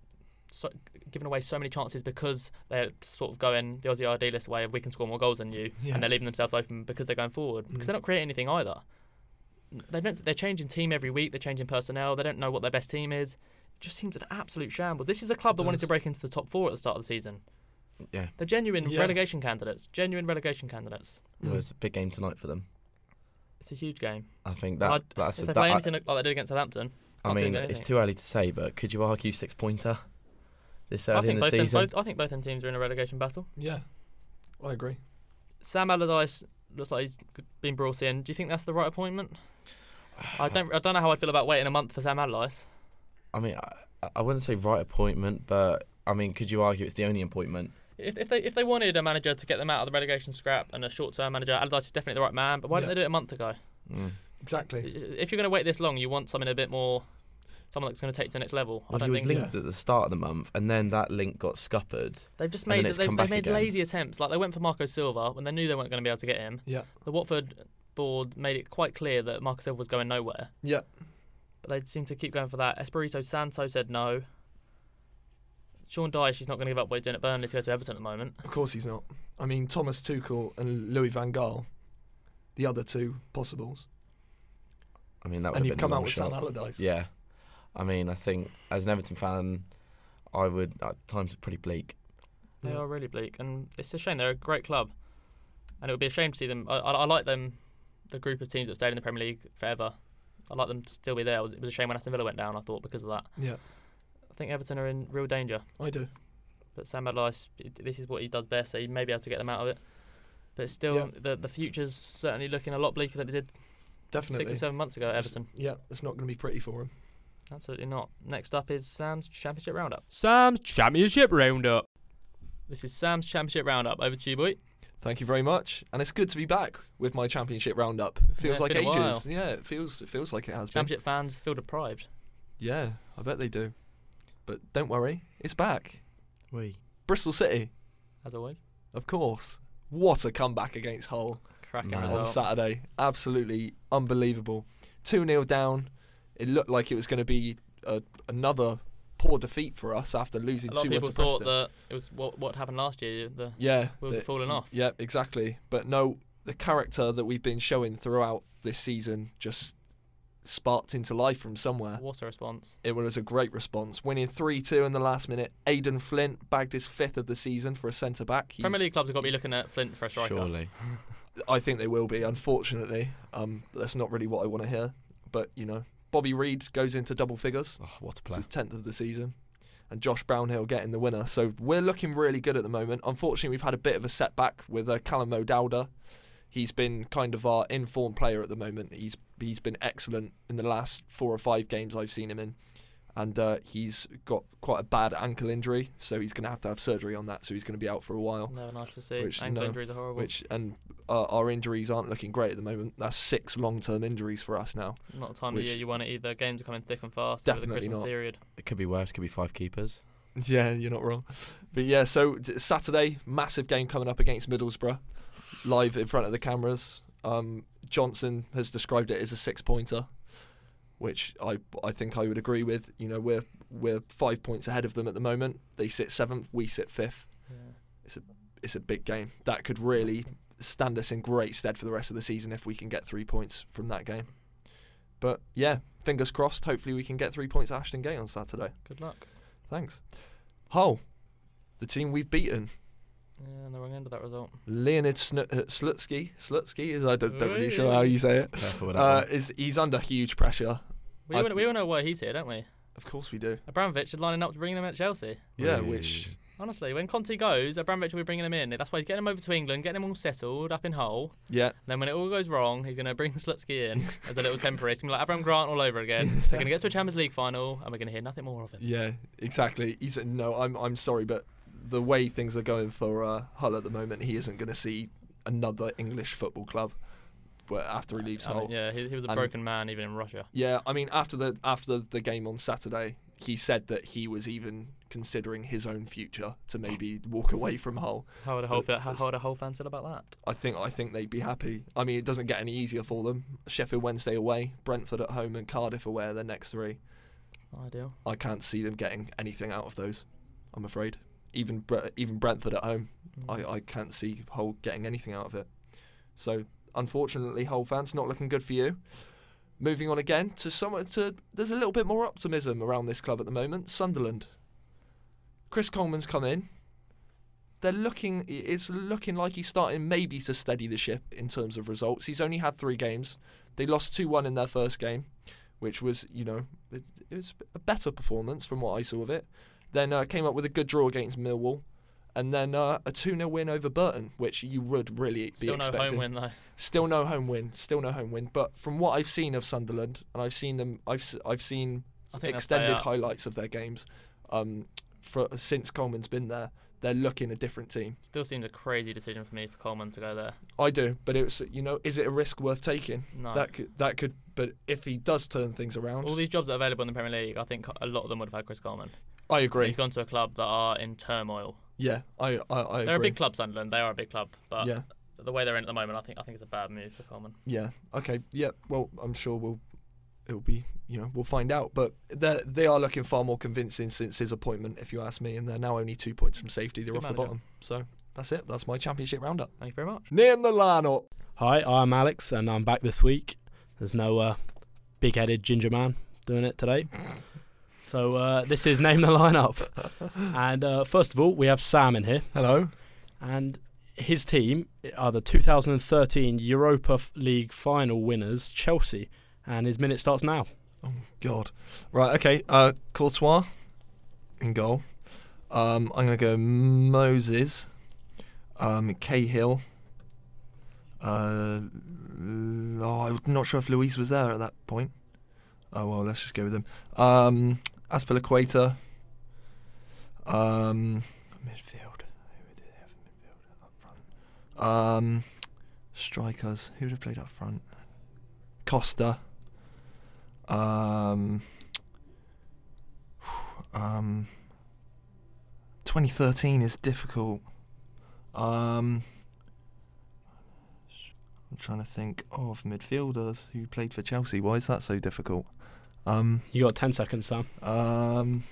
Speaker 1: so, given away so many chances because they're sort of going the Aussie idealist way of we can score more goals than you,
Speaker 2: Yeah.
Speaker 1: and they're leaving themselves open because they're going forward
Speaker 2: Mm.
Speaker 1: because they're not creating anything either. They don't. They're changing team every week. They're changing personnel. They don't know what their best team is. It just seems an absolute shambles. This is a club
Speaker 2: It
Speaker 1: that wanted
Speaker 2: does.
Speaker 1: to break into the top four at the start of the season.
Speaker 3: Yeah,
Speaker 1: They're genuine
Speaker 2: Yeah.
Speaker 1: relegation candidates. Genuine relegation candidates.
Speaker 3: well, it's a big game tonight for them.
Speaker 1: It's a huge game.
Speaker 3: I think that
Speaker 1: I'd-
Speaker 3: that's
Speaker 1: if
Speaker 3: a,
Speaker 1: they
Speaker 3: that,
Speaker 1: play
Speaker 3: I-
Speaker 1: anything like they did against Southampton,
Speaker 3: I
Speaker 1: Can't see
Speaker 3: mean,
Speaker 1: them doing
Speaker 3: it's
Speaker 1: anything.
Speaker 3: too early to say, but could you argue six pointer this
Speaker 1: I
Speaker 3: early in
Speaker 1: think
Speaker 3: the
Speaker 1: both, them,
Speaker 3: season?
Speaker 1: both I think both them teams are in a relegation battle.
Speaker 2: Yeah. I agree.
Speaker 1: Sam Allardyce looks like he's been brought in. Do you think that's the right appointment? I don't. I don't know how I'd feel about waiting a month for Sam Allardyce.
Speaker 3: I mean, I, I wouldn't say right appointment, but I mean, could you argue it's the only appointment?
Speaker 1: If, if they if they wanted a manager to get them out of the relegation scrap and a short term manager, Allardyce is definitely the right man. But why
Speaker 2: Yeah.
Speaker 1: didn't they do it a month ago?
Speaker 3: Mm.
Speaker 2: Exactly.
Speaker 1: if you're going to wait this long, you want something a bit more, someone that's going to take it to the next level. I
Speaker 3: Well, he
Speaker 1: don't
Speaker 3: was
Speaker 1: think
Speaker 2: link-
Speaker 3: linked at the start of the month, and then that link got scuppered.
Speaker 1: they've just
Speaker 3: and then
Speaker 1: made
Speaker 3: it's
Speaker 1: they,
Speaker 3: come
Speaker 1: they
Speaker 3: back
Speaker 1: made
Speaker 3: again.
Speaker 1: lazy attempts. Like they went for Marco Silva when they knew they weren't going to be able to get him.
Speaker 2: Yeah.
Speaker 1: The Watford board made it quite clear that Marco Silva was going nowhere,
Speaker 2: Yeah.
Speaker 1: but they seemed to keep going for that. Espirito Santo said no. Sean Dyche, he's not going to give up what he's doing at Burnley to go to Everton at the moment.
Speaker 2: Of course he's not. I mean, Thomas Tuchel and Louis Van Gaal, the other two possibles,
Speaker 3: I mean, that would
Speaker 2: and
Speaker 3: have
Speaker 2: you've
Speaker 3: been
Speaker 2: come
Speaker 3: a
Speaker 2: out
Speaker 3: long
Speaker 2: with
Speaker 3: shot.
Speaker 2: Sam Allardyce.
Speaker 3: Yeah, I mean, I think as an Everton fan, I would. Uh, times are pretty bleak.
Speaker 1: They
Speaker 2: Yeah.
Speaker 1: are really bleak, and it's a shame. They're a great club, and it would be a shame to see them. I, I, I like them, the group of teams that stayed in the Premier League forever. I like them to still be there. It was, it was a shame when Aston Villa went down. I thought because of that.
Speaker 2: Yeah,
Speaker 1: I think Everton are in real danger,
Speaker 2: I do.
Speaker 1: but Sam Allardyce, i- this is what he does best, so he may be able to get them out of it. But it's still,
Speaker 2: Yeah.
Speaker 1: the the future's certainly looking a lot bleaker than it did
Speaker 2: Definitely.
Speaker 1: six or seven months ago. at Everton,
Speaker 2: Yeah, it's not going to be pretty for him.
Speaker 1: absolutely not. Next up is Sam's Championship Roundup. Sam's Championship Roundup. This is Sam's Championship Roundup. Over to you, boy.
Speaker 2: Thank you very much, and it's good to be back with my championship roundup. It feels
Speaker 1: it's
Speaker 2: like
Speaker 1: been a
Speaker 2: ages.
Speaker 1: while.
Speaker 2: Yeah, it feels it feels like it has
Speaker 1: Championship fans feel deprived.
Speaker 2: been. Yeah, I bet they do. But don't worry, it's back.
Speaker 3: We.
Speaker 2: Bristol City,
Speaker 1: as always.
Speaker 2: of course. What a comeback against Hull.
Speaker 1: Cracking
Speaker 3: Nice.
Speaker 2: on
Speaker 1: result.
Speaker 2: Saturday. Absolutely unbelievable. 2 0 down. It looked like it was going to be a, another poor defeat for us after losing
Speaker 1: A lot
Speaker 2: 2
Speaker 1: of
Speaker 2: 1
Speaker 1: people
Speaker 2: to
Speaker 1: thought
Speaker 2: Preston.
Speaker 1: that it was what what happened last year. The
Speaker 2: yeah.
Speaker 1: wheels
Speaker 2: the-
Speaker 1: were falling off.
Speaker 2: Yeah, exactly. But no, the character that we've been showing throughout this season just sparked into life from somewhere.
Speaker 1: What a response!
Speaker 2: It was a great response. Winning 3 2 in the last minute. Aidan Flint bagged his fifth of the season for a centre back. He's-
Speaker 1: Premier League clubs have got me looking at Flint for a striker.
Speaker 3: Surely.
Speaker 2: I think they will be, unfortunately. Um, that's not really what I want to hear. But, you know, Bobby Reed goes into double figures.
Speaker 3: Oh, what a
Speaker 2: It's
Speaker 3: play.
Speaker 2: his 10th of the season. And Josh Brownhill getting the winner. So we're looking really good at the moment. Unfortunately, we've had a bit of a setback with uh, Callum O'Dowda. He's been kind of our informed player at the moment. He's he's been excellent in the last four or five games I've seen him in. and uh, he's got quite a bad ankle injury, so he's going to have to have surgery on that. So he's going to be out for a while.
Speaker 1: Never nice to see.
Speaker 2: Which,
Speaker 1: Ankle
Speaker 2: no,
Speaker 1: injuries are horrible.
Speaker 2: Which and uh, our injuries aren't looking great at the moment. That's six long-term injuries for us now.
Speaker 1: not the time of
Speaker 2: which-
Speaker 1: year you want it either. Games are coming thick and fast over the
Speaker 2: Definitely
Speaker 1: Christmas
Speaker 2: not.
Speaker 1: period.
Speaker 3: It could be worse. Could be five keepers.
Speaker 2: Yeah, you're not wrong. But yeah, so d- Saturday, massive game coming up against Middlesbrough, live in front of the cameras. Um, Johnson has described it as a six-pointer, which I I think I would agree with. You know, we're we're five points ahead of them at the moment. They sit seventh, we sit fifth. It's a big game that could really stand us in great stead for the rest of the season if we can get three points from that game. But yeah, fingers crossed. Hopefully, we can get three points at Ashton Gate on Saturday.
Speaker 1: Good luck.
Speaker 2: Thanks. Hull, the team we've beaten.
Speaker 1: Yeah, and the wrong end of that result.
Speaker 2: Leonid Snu- uh, Slutsky. Slutsky is I don't, don't really sure how you say it.
Speaker 3: Careful with that
Speaker 2: Uh,
Speaker 3: one.
Speaker 2: is he's under huge pressure.
Speaker 1: We,
Speaker 2: I
Speaker 1: all-
Speaker 2: th-
Speaker 1: we all know why he's here, don't we?
Speaker 2: Of course we do.
Speaker 1: Abramovich is lining up to bring him at Chelsea.
Speaker 2: Yeah,
Speaker 3: Ooh.
Speaker 2: which
Speaker 1: Honestly, when Conte goes, Abramovich will be bringing him in. That's why he's getting him over to England, getting him all settled up in Hull.
Speaker 2: yeah.
Speaker 1: And then when it all goes wrong, he's going to bring Slutsky in as a little temporary. It's going to be like Avram Grant all over again. They're going to get to a Champions League final, and we're going to hear nothing more of him.
Speaker 2: Yeah, exactly. He's no, I'm I'm sorry, but the way things are going for uh, Hull at the moment, he isn't going to see another English football club. But after he leaves
Speaker 1: I mean,
Speaker 2: Hull,
Speaker 1: yeah, he, he was a
Speaker 2: And-
Speaker 1: broken man even in Russia.
Speaker 2: Yeah, I mean after the after the game on Saturday, he said that he was even considering his own future to maybe walk away from Hull.
Speaker 1: How would a whole
Speaker 2: But
Speaker 1: how,
Speaker 2: it's-
Speaker 1: how would a whole fans feel about that?
Speaker 2: I think I think they'd be happy. I mean, it doesn't get any easier for them. Sheffield Wednesday away, Brentford at home, and Cardiff away are their next three.
Speaker 1: Not ideal.
Speaker 2: I can't see them getting anything out of those. I'm afraid. Even Bre- even Brentford at home,
Speaker 1: Mm.
Speaker 2: I, I can't see Hull getting anything out of it. So unfortunately, Hull fans, not looking good for you. Moving on again to some to there's a little bit more optimism around this club at the moment. Sunderland. Chris Coleman's come in. They're looking. It's looking like he's starting maybe to steady the ship in terms of results. He's only had three games. They lost two one in their first game, which was you know it, it was a better performance from what I saw of it. Then uh, came up with a good draw against Millwall, and then uh, a two 0 win over Burton, which you would really
Speaker 1: Still
Speaker 2: be
Speaker 1: no
Speaker 2: expecting.
Speaker 1: home win though.
Speaker 2: Still no home win. Still no home win. But from what I've seen of Sunderland, and I've seen them, I've s- I've seen
Speaker 1: I think that's
Speaker 2: extended
Speaker 1: high.
Speaker 2: highlights of their games. Um, for since Coleman's been there, they're looking a different team.
Speaker 1: Still seems a crazy decision for me for Coleman to go there.
Speaker 2: I do, but it's you know, is it a risk worth taking?
Speaker 1: No.
Speaker 2: That could that could, but if he does turn things around,
Speaker 1: all these jobs that are available in the Premier League, I think a lot of them would have had Chris Coleman.
Speaker 2: I
Speaker 1: He's
Speaker 2: agree.
Speaker 1: gone to a club that are in turmoil.
Speaker 2: Yeah, I I, I
Speaker 1: they're
Speaker 2: agree.
Speaker 1: a big club, Sunderland. They are a big club, but
Speaker 2: yeah,
Speaker 1: the way they're in at the moment, I think I think it's a bad move for Coleman.
Speaker 2: yeah. Okay, yeah. Well, I'm sure we'll it'll be you know we'll find out, but they they are looking far more convincing since his appointment, if you ask me, and they're now only two points from safety. They're
Speaker 1: Good
Speaker 2: off the
Speaker 1: manager.
Speaker 2: bottom. So that's it. That's my championship roundup.
Speaker 1: Thank you very much.
Speaker 2: Name the lineup.
Speaker 4: Hi, I'm Alex, and I'm back this week. There's no uh, big-headed ginger man doing it today. So uh, this is name the lineup, and uh, first of all, we have Sam in here,
Speaker 2: Hello.
Speaker 4: and his team are the 2013 Europa F- League final winners, Chelsea, and his minute starts now.
Speaker 2: God. Right, okay. Uh, Courtois in goal. Um, I'm going to go Moses, um, Cahill. Uh, l- oh, I'm not sure if Luis was there at that point. Oh, well, let's just go with him. Um, Aspilaqueta. Um, midfield. Who do they have in midfield? Up front. Um, strikers. Who would have played up front? Costa. Um, um, 2013 is difficult. Um, I'm trying to think of midfielders who played for Chelsea. Why is that so difficult? Um,
Speaker 4: You got 10 seconds, Sam.
Speaker 2: um,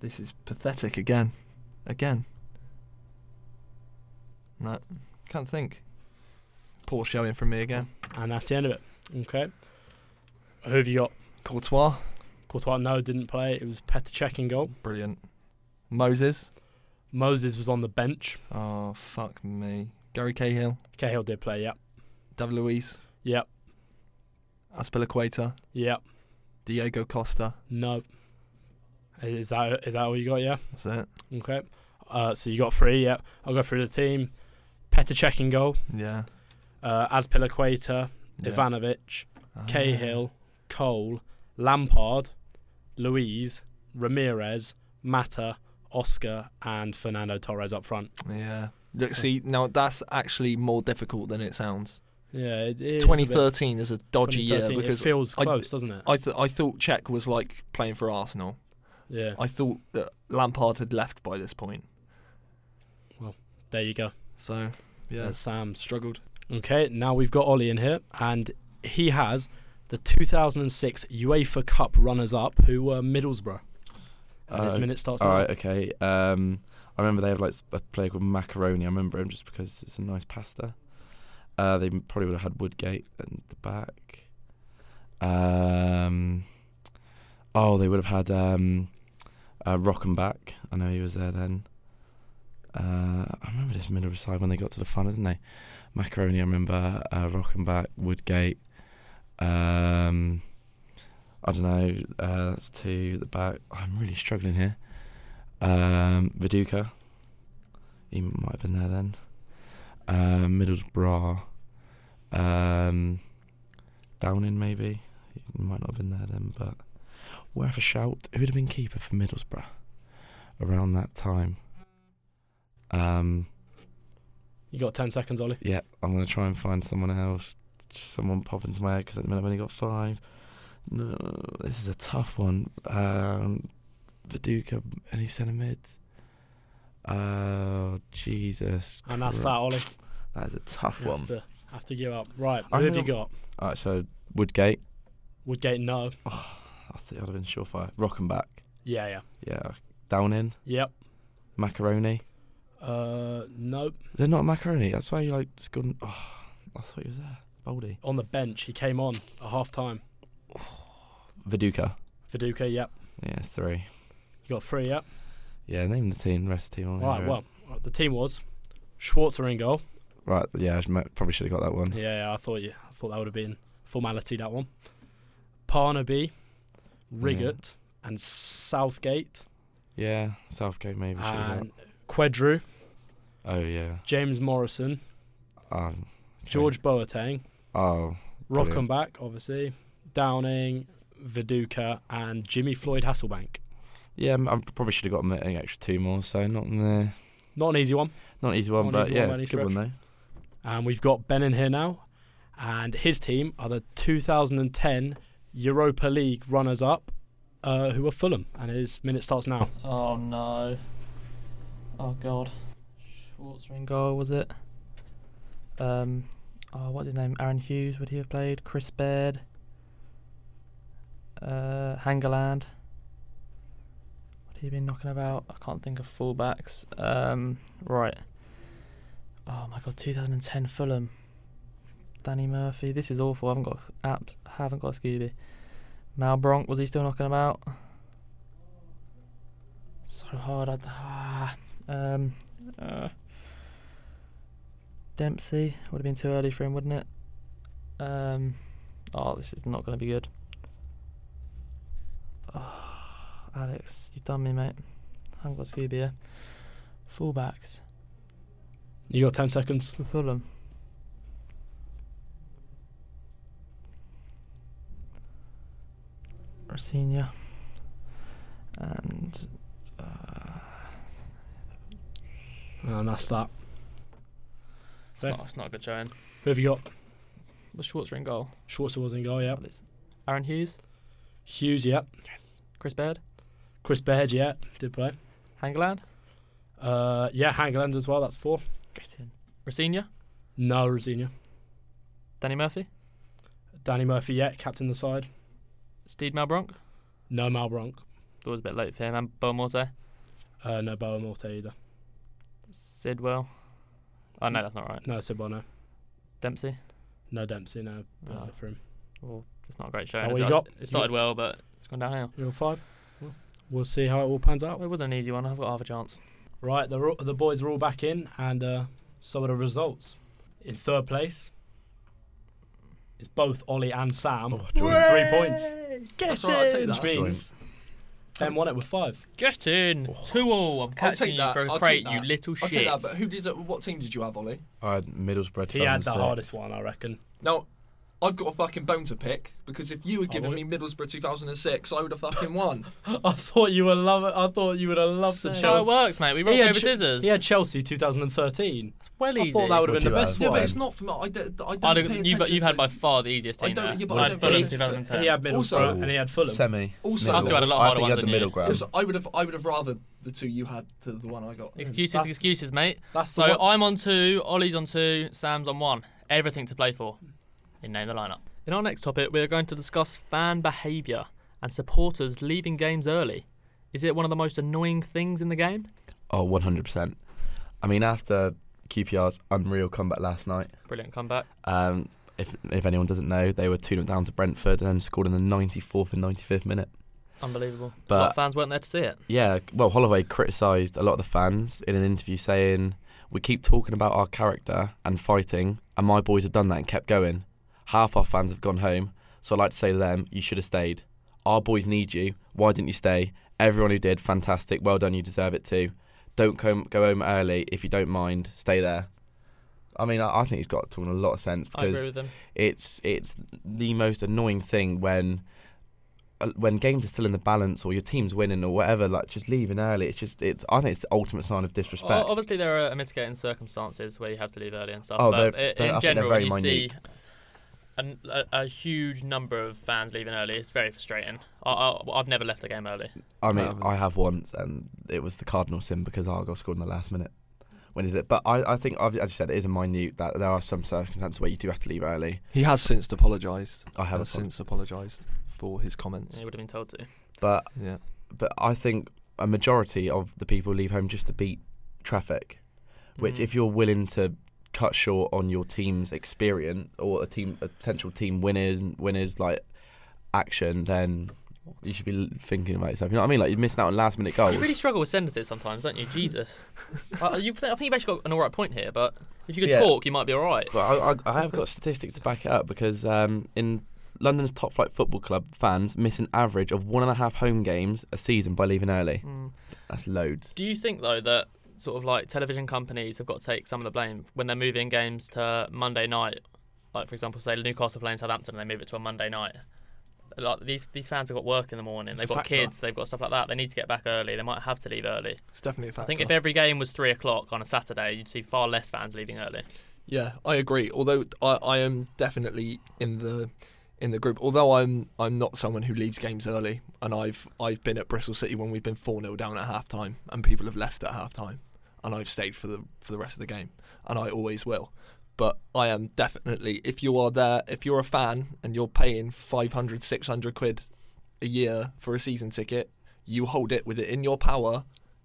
Speaker 2: this is pathetic again. Again. No, can't think. Poor showing from me again.
Speaker 4: And that's the end of it. Okay. Who have you got?
Speaker 2: Courtois,
Speaker 4: Courtois, no, didn't play. It was Petr Cech in goal.
Speaker 2: brilliant. Moses,
Speaker 4: Moses was on the bench.
Speaker 2: Oh fuck me. Gary Cahill,
Speaker 4: Cahill did play, yeah.
Speaker 2: David Luiz,
Speaker 4: Yep,
Speaker 2: Aspilaqueta,
Speaker 4: yep,
Speaker 2: Diego Costa.
Speaker 4: no. Is that is that all you got, yeah?
Speaker 2: That's it.
Speaker 4: Okay. Uh, so you got three, yeah. I'll go through the team. Petr Cech in goal.
Speaker 2: Yeah.
Speaker 4: Uh, Azpilicueta,
Speaker 2: yeah.
Speaker 4: Ivanovic,
Speaker 2: Ah.
Speaker 4: Cahill, Cole, Lampard, Luis, Ramirez, Mata, Oscar, and Fernando Torres up front.
Speaker 2: Yeah. Look, see, now that's actually more difficult than it sounds.
Speaker 4: Yeah, it is. a bit-
Speaker 2: 2013 is a dodgy year
Speaker 4: 2013,
Speaker 2: because
Speaker 4: it feels
Speaker 2: I-
Speaker 4: close, doesn't it?
Speaker 2: I th- I thought Czech was like playing for Arsenal.
Speaker 4: yeah,
Speaker 2: I thought that Lampard had left by this point.
Speaker 4: there you go.
Speaker 2: So, yeah,
Speaker 4: There's Sam's.
Speaker 2: struggled.
Speaker 4: Okay, now we've got Ollie in here, and he has the 2006 UEFA Cup runners-up, who were Middlesbrough. And his
Speaker 3: Uh,
Speaker 4: minute starts
Speaker 3: All
Speaker 4: now.
Speaker 3: right, okay. Um, I remember they have like a player called Macaroni. I remember him just because it's a nice pasta. Uh, they probably would have had Woodgate at the back. Um, oh, they would have had um, uh, Rockenback. I know he was there then. Uh, I remember this middle side when they got to the final, didn't they? Macaroni, I remember. Uh, Rockenback, Woodgate. Um, I don't know. Uh, that's two at the back. I'm really struggling here. Um, Viduka. He might have been there then. Uh, Middlesbrough. Um, Downing, maybe. He might not have been there then, but worth a shout. Who'd have been keeper for Middlesbrough around that time? Um,
Speaker 4: You got 10 seconds, Ollie.
Speaker 3: yeah, I'm going to try and find someone else. Just someone pop into my head because at the minute I've only got five. No, this is a tough one. Um, Viduka, any centre mid? Oh, Jesus.
Speaker 4: And that's that,
Speaker 3: Christ.
Speaker 4: Ollie.
Speaker 3: That is a tough
Speaker 4: You
Speaker 3: one.
Speaker 4: have to, have to give up. Right,
Speaker 3: I
Speaker 4: who have you
Speaker 3: remember-
Speaker 4: got?
Speaker 3: All right, so Woodgate.
Speaker 4: Woodgate, no.
Speaker 3: I think I'd have been surefire. Rockenback.
Speaker 4: Yeah, yeah.
Speaker 3: Yeah. Downing.
Speaker 4: Yep.
Speaker 3: Macaroni.
Speaker 4: Uh, nope.
Speaker 3: They're not macaroni. That's why you like scored. Oh, I thought he was there. Baldy.
Speaker 4: On the bench, he came on at half time.
Speaker 3: Viduka.
Speaker 4: Viduka, yep.
Speaker 3: Yeah, three.
Speaker 4: You got three, yep.
Speaker 3: Yeah, name the team. The rest of the team. I
Speaker 4: All
Speaker 3: won't
Speaker 4: right,
Speaker 3: hear it.
Speaker 4: well, uh, the team was Schwarzer in goal.
Speaker 3: Right, yeah, I sh- might- probably should have got that one.
Speaker 4: Yeah, yeah, I thought you. I thought that would have been formality. That one. Parnaby,
Speaker 3: Mm.
Speaker 4: Riggett, and Southgate,
Speaker 3: Yeah, Southgate maybe should have got.
Speaker 4: and Quedru,
Speaker 3: Oh, yeah.
Speaker 4: James Morrison,
Speaker 3: Um, okay.
Speaker 4: George Boateng,
Speaker 3: Oh, Brilliant.
Speaker 4: Rockenback, obviously, Downing, Viduka, and Jimmy Floyd Hasselbank.
Speaker 3: yeah, I probably should have got an extra two more, so not uh,
Speaker 4: Not an easy one.
Speaker 3: not an easy one,
Speaker 4: Not an
Speaker 3: but
Speaker 4: easy one
Speaker 3: yeah,
Speaker 4: by any
Speaker 3: good one though.
Speaker 4: And we've got Ben in here now, and his team are the 2010 Europa League runners-up, uh, who are Fulham. And his minute starts now.
Speaker 1: Oh no. Oh god. Schwarzer in goal was it? Um. Oh, what's his name? Aaron Hughes. Would he have played? Chris Baird. Uh, Hangerland. What have you been knocking about? I can't think of fullbacks. Um. Right. Oh my god. 2010 Fulham. Danny Murphy. This is awful. I haven't got apps. Haven't got a Scooby. Mal Bronk. Was he still knocking about? So hard. I'd, ah, um, uh, Dempsey would have been too early for him, wouldn't it? Um, oh, this is not going to be good. Oh, Alex, you've done me, mate. I haven't got Scooby here. Fullbacks
Speaker 4: You got 10 seconds.
Speaker 1: for Fulham. Rossinia and uh,
Speaker 4: And that's that.
Speaker 1: It's
Speaker 4: Fair.
Speaker 1: not, oh, it's not a good showing.
Speaker 4: Who have you got?
Speaker 1: Was Schwarzer in goal?
Speaker 4: Schwarzer was in goal, yeah.
Speaker 1: Well, it's Aaron Hughes,
Speaker 4: Hughes, yeah.
Speaker 1: Chris Baird,
Speaker 4: Chris Baird, yeah, did play.
Speaker 1: Hangeland,
Speaker 4: Uh, yeah, Hangeland as well, that's four.
Speaker 1: get in. Rossinia,
Speaker 4: No, Rosinia.
Speaker 1: Danny Murphy,
Speaker 4: Danny Murphy, yeah, captain the side.
Speaker 1: Steve Malbronk.
Speaker 4: No Mal Bronk.
Speaker 1: That was a bit late for him. And Belmorte,
Speaker 4: Uh, no Boa Morte either.
Speaker 1: Sidwell. Oh no, that's not right.
Speaker 4: No Sibona.
Speaker 1: Dempsey. no
Speaker 4: No Dempsey, no
Speaker 1: Oh,
Speaker 4: penalty for him.
Speaker 1: well, it's not a great
Speaker 4: that
Speaker 1: showing.
Speaker 4: what
Speaker 1: is
Speaker 4: you
Speaker 1: It
Speaker 4: got?
Speaker 1: It started well, but it's gone downhill.
Speaker 4: You're five. We'll see how it all pans out.
Speaker 1: Well, it wasn't an easy one. I've got half a chance.
Speaker 4: Right, the, ro- the boys are all back in, and uh, some of the results. In third place, it's both Ollie and Sam.
Speaker 3: Oh,
Speaker 4: with
Speaker 3: joint.
Speaker 4: three points.
Speaker 1: Get
Speaker 2: all right, I'll take
Speaker 1: in.
Speaker 2: that.
Speaker 4: Which means Ben won it with five.
Speaker 1: Get in. Two all. I'm catching you
Speaker 2: that.
Speaker 1: for a
Speaker 2: I'll
Speaker 1: crate,
Speaker 2: take
Speaker 1: you
Speaker 2: that.
Speaker 1: little
Speaker 2: I'll
Speaker 1: shit.
Speaker 2: take that, uh, but who did it, what team did you have, Ollie?
Speaker 3: I had Middlesbrough.
Speaker 4: He had the
Speaker 3: 2006.
Speaker 4: hardest one, I reckon.
Speaker 2: Now, I've got a fucking bone to pick because if you had
Speaker 4: I
Speaker 2: given me
Speaker 4: would-
Speaker 2: Middlesbrough 2006, I would have fucking won.
Speaker 4: I thought you would love it. I thought you would have loved
Speaker 2: Same.
Speaker 4: the
Speaker 1: That's how it
Speaker 4: Chelsea.
Speaker 1: works, mate. We rock
Speaker 4: He had
Speaker 1: paper
Speaker 4: Ch-
Speaker 1: scissors.
Speaker 4: Yeah, Chelsea 2013.
Speaker 1: it's well
Speaker 4: Oh, I
Speaker 1: easy.
Speaker 4: thought that would have
Speaker 3: Would
Speaker 4: been the
Speaker 3: you
Speaker 4: best
Speaker 3: have?
Speaker 2: yeah,
Speaker 4: one.
Speaker 2: but it's not for me. I don't, I
Speaker 1: I'd
Speaker 2: don't pay
Speaker 1: have, you've, got,
Speaker 2: attention
Speaker 1: you've
Speaker 2: to-
Speaker 1: had by far the easiest
Speaker 2: I
Speaker 1: team.
Speaker 2: don't-
Speaker 1: there.
Speaker 2: yeah, but I
Speaker 1: I had
Speaker 2: don't
Speaker 1: Fulham
Speaker 2: pay attention to it.
Speaker 1: 2010.
Speaker 4: He had Middlesbrough,
Speaker 2: Also-
Speaker 4: and he had Fulham.
Speaker 3: Semi.
Speaker 2: Also-
Speaker 3: Middle.
Speaker 2: I still
Speaker 1: had a lot
Speaker 3: I
Speaker 1: harder
Speaker 3: think you
Speaker 1: ones
Speaker 3: had the
Speaker 1: than you.
Speaker 3: middle ground.
Speaker 2: Yes, I would have. I would have rather the two you had to the one I got.
Speaker 1: Excuses,
Speaker 4: That's-
Speaker 1: excuses, mate.
Speaker 4: That's
Speaker 1: So
Speaker 4: the one.
Speaker 1: I'm on two, Ollie's on two, Sam's on one. Everything to play for in Name the Lineup. In our next topic, we are going to discuss fan behaviour and supporters leaving games early. Is it one of the most annoying things in the game?
Speaker 3: Oh, 100%. I mean, after QPR's unreal comeback last night,
Speaker 1: Brilliant comeback.
Speaker 3: um, if if anyone doesn't know, they were 2 0 down to Brentford and then scored in the 94th and 95th minute.
Speaker 1: Unbelievable. a lot
Speaker 3: But
Speaker 1: of fans weren't there to see it.
Speaker 3: yeah, well, Holloway criticised a lot of the fans in an interview saying, We keep talking about our character and fighting, and my boys have done that and kept going. Half our fans have gone home, so I'd like to say to them, You should have stayed. Our boys need you. Why didn't you stay? Everyone who did, fantastic. Well done. You deserve it too. Don't come, go home early if you don't mind. Stay there. I mean, I, I think he's got talking a lot of sense
Speaker 1: I
Speaker 3: because
Speaker 1: agree with them.
Speaker 3: it's it's the most annoying thing when uh, when games are still in the balance or your team's winning or whatever like just leaving early it's just it's i think it's the ultimate sign of
Speaker 1: O-
Speaker 3: disrespect
Speaker 1: Obviously, there are mitigating circumstances where you have to leave early and stuff.
Speaker 3: Oh,
Speaker 1: but i-
Speaker 3: they're- they're- I
Speaker 1: in
Speaker 3: think they're
Speaker 1: general,
Speaker 3: very
Speaker 1: when you see
Speaker 3: minute.
Speaker 1: an, a, a huge number of fans leaving early, it's very frustrating. I, I, I've never left a game early.
Speaker 3: i mean
Speaker 2: Um,
Speaker 3: i have once and it was the cardinal sin because argyle scored in the last minute when is it but i, I think I've- as you said it is a minute that there are some circumstances where you do have to leave early
Speaker 2: He has since apologised.
Speaker 3: i have
Speaker 2: Has since apologised for his comments.
Speaker 1: You would have been told to.
Speaker 3: but
Speaker 2: Yeah.
Speaker 3: but I think a majority of the people leave home just to beat traffic, which
Speaker 1: Mm.
Speaker 3: if you're willing to cut short on your team's experience or a team a potential team winners winners like action, then you should be l- thinking about yourself. You know what I mean? Like you're missing out on last minute goals.
Speaker 1: You really struggle with sentences sometimes, don't you? Jesus. I, you, I think you've actually got an alright point here, but if you could
Speaker 3: Yeah.
Speaker 1: talk, you might be alright.
Speaker 3: but I, I, I have got statistics to back it up because um, in London's top flight football club, fans miss an average of one and a half home games a season by leaving early.
Speaker 1: Mm.
Speaker 3: That's loads.
Speaker 1: Do you think, though, that sort of like television companies have got to take some of the blame when they're moving games to Monday night? Like, for example, say Newcastle playing Southampton and they move it to a Monday night. Like these, these fans have got work in the morning.
Speaker 2: It's
Speaker 1: They've
Speaker 2: a
Speaker 1: got
Speaker 2: factor.
Speaker 1: kids. They've got stuff like that. They need to get back early. They might have to leave early.
Speaker 2: It's definitely a factor.
Speaker 1: I think if every game was three o'clock on a Saturday, you'd see far less fans leaving early.
Speaker 2: Yeah, I agree. Although I, I am definitely in the in the group. Although I'm I'm not someone who leaves games early, and I've I've been at Bristol City when we've been four 0 down at half time, and people have left at half time, and I've stayed for the for the rest of the game, and I always will. But I am definitely if you are there, if you're a fan and you're paying 500, 600 quid a year for a season ticket, you hold it with it in your power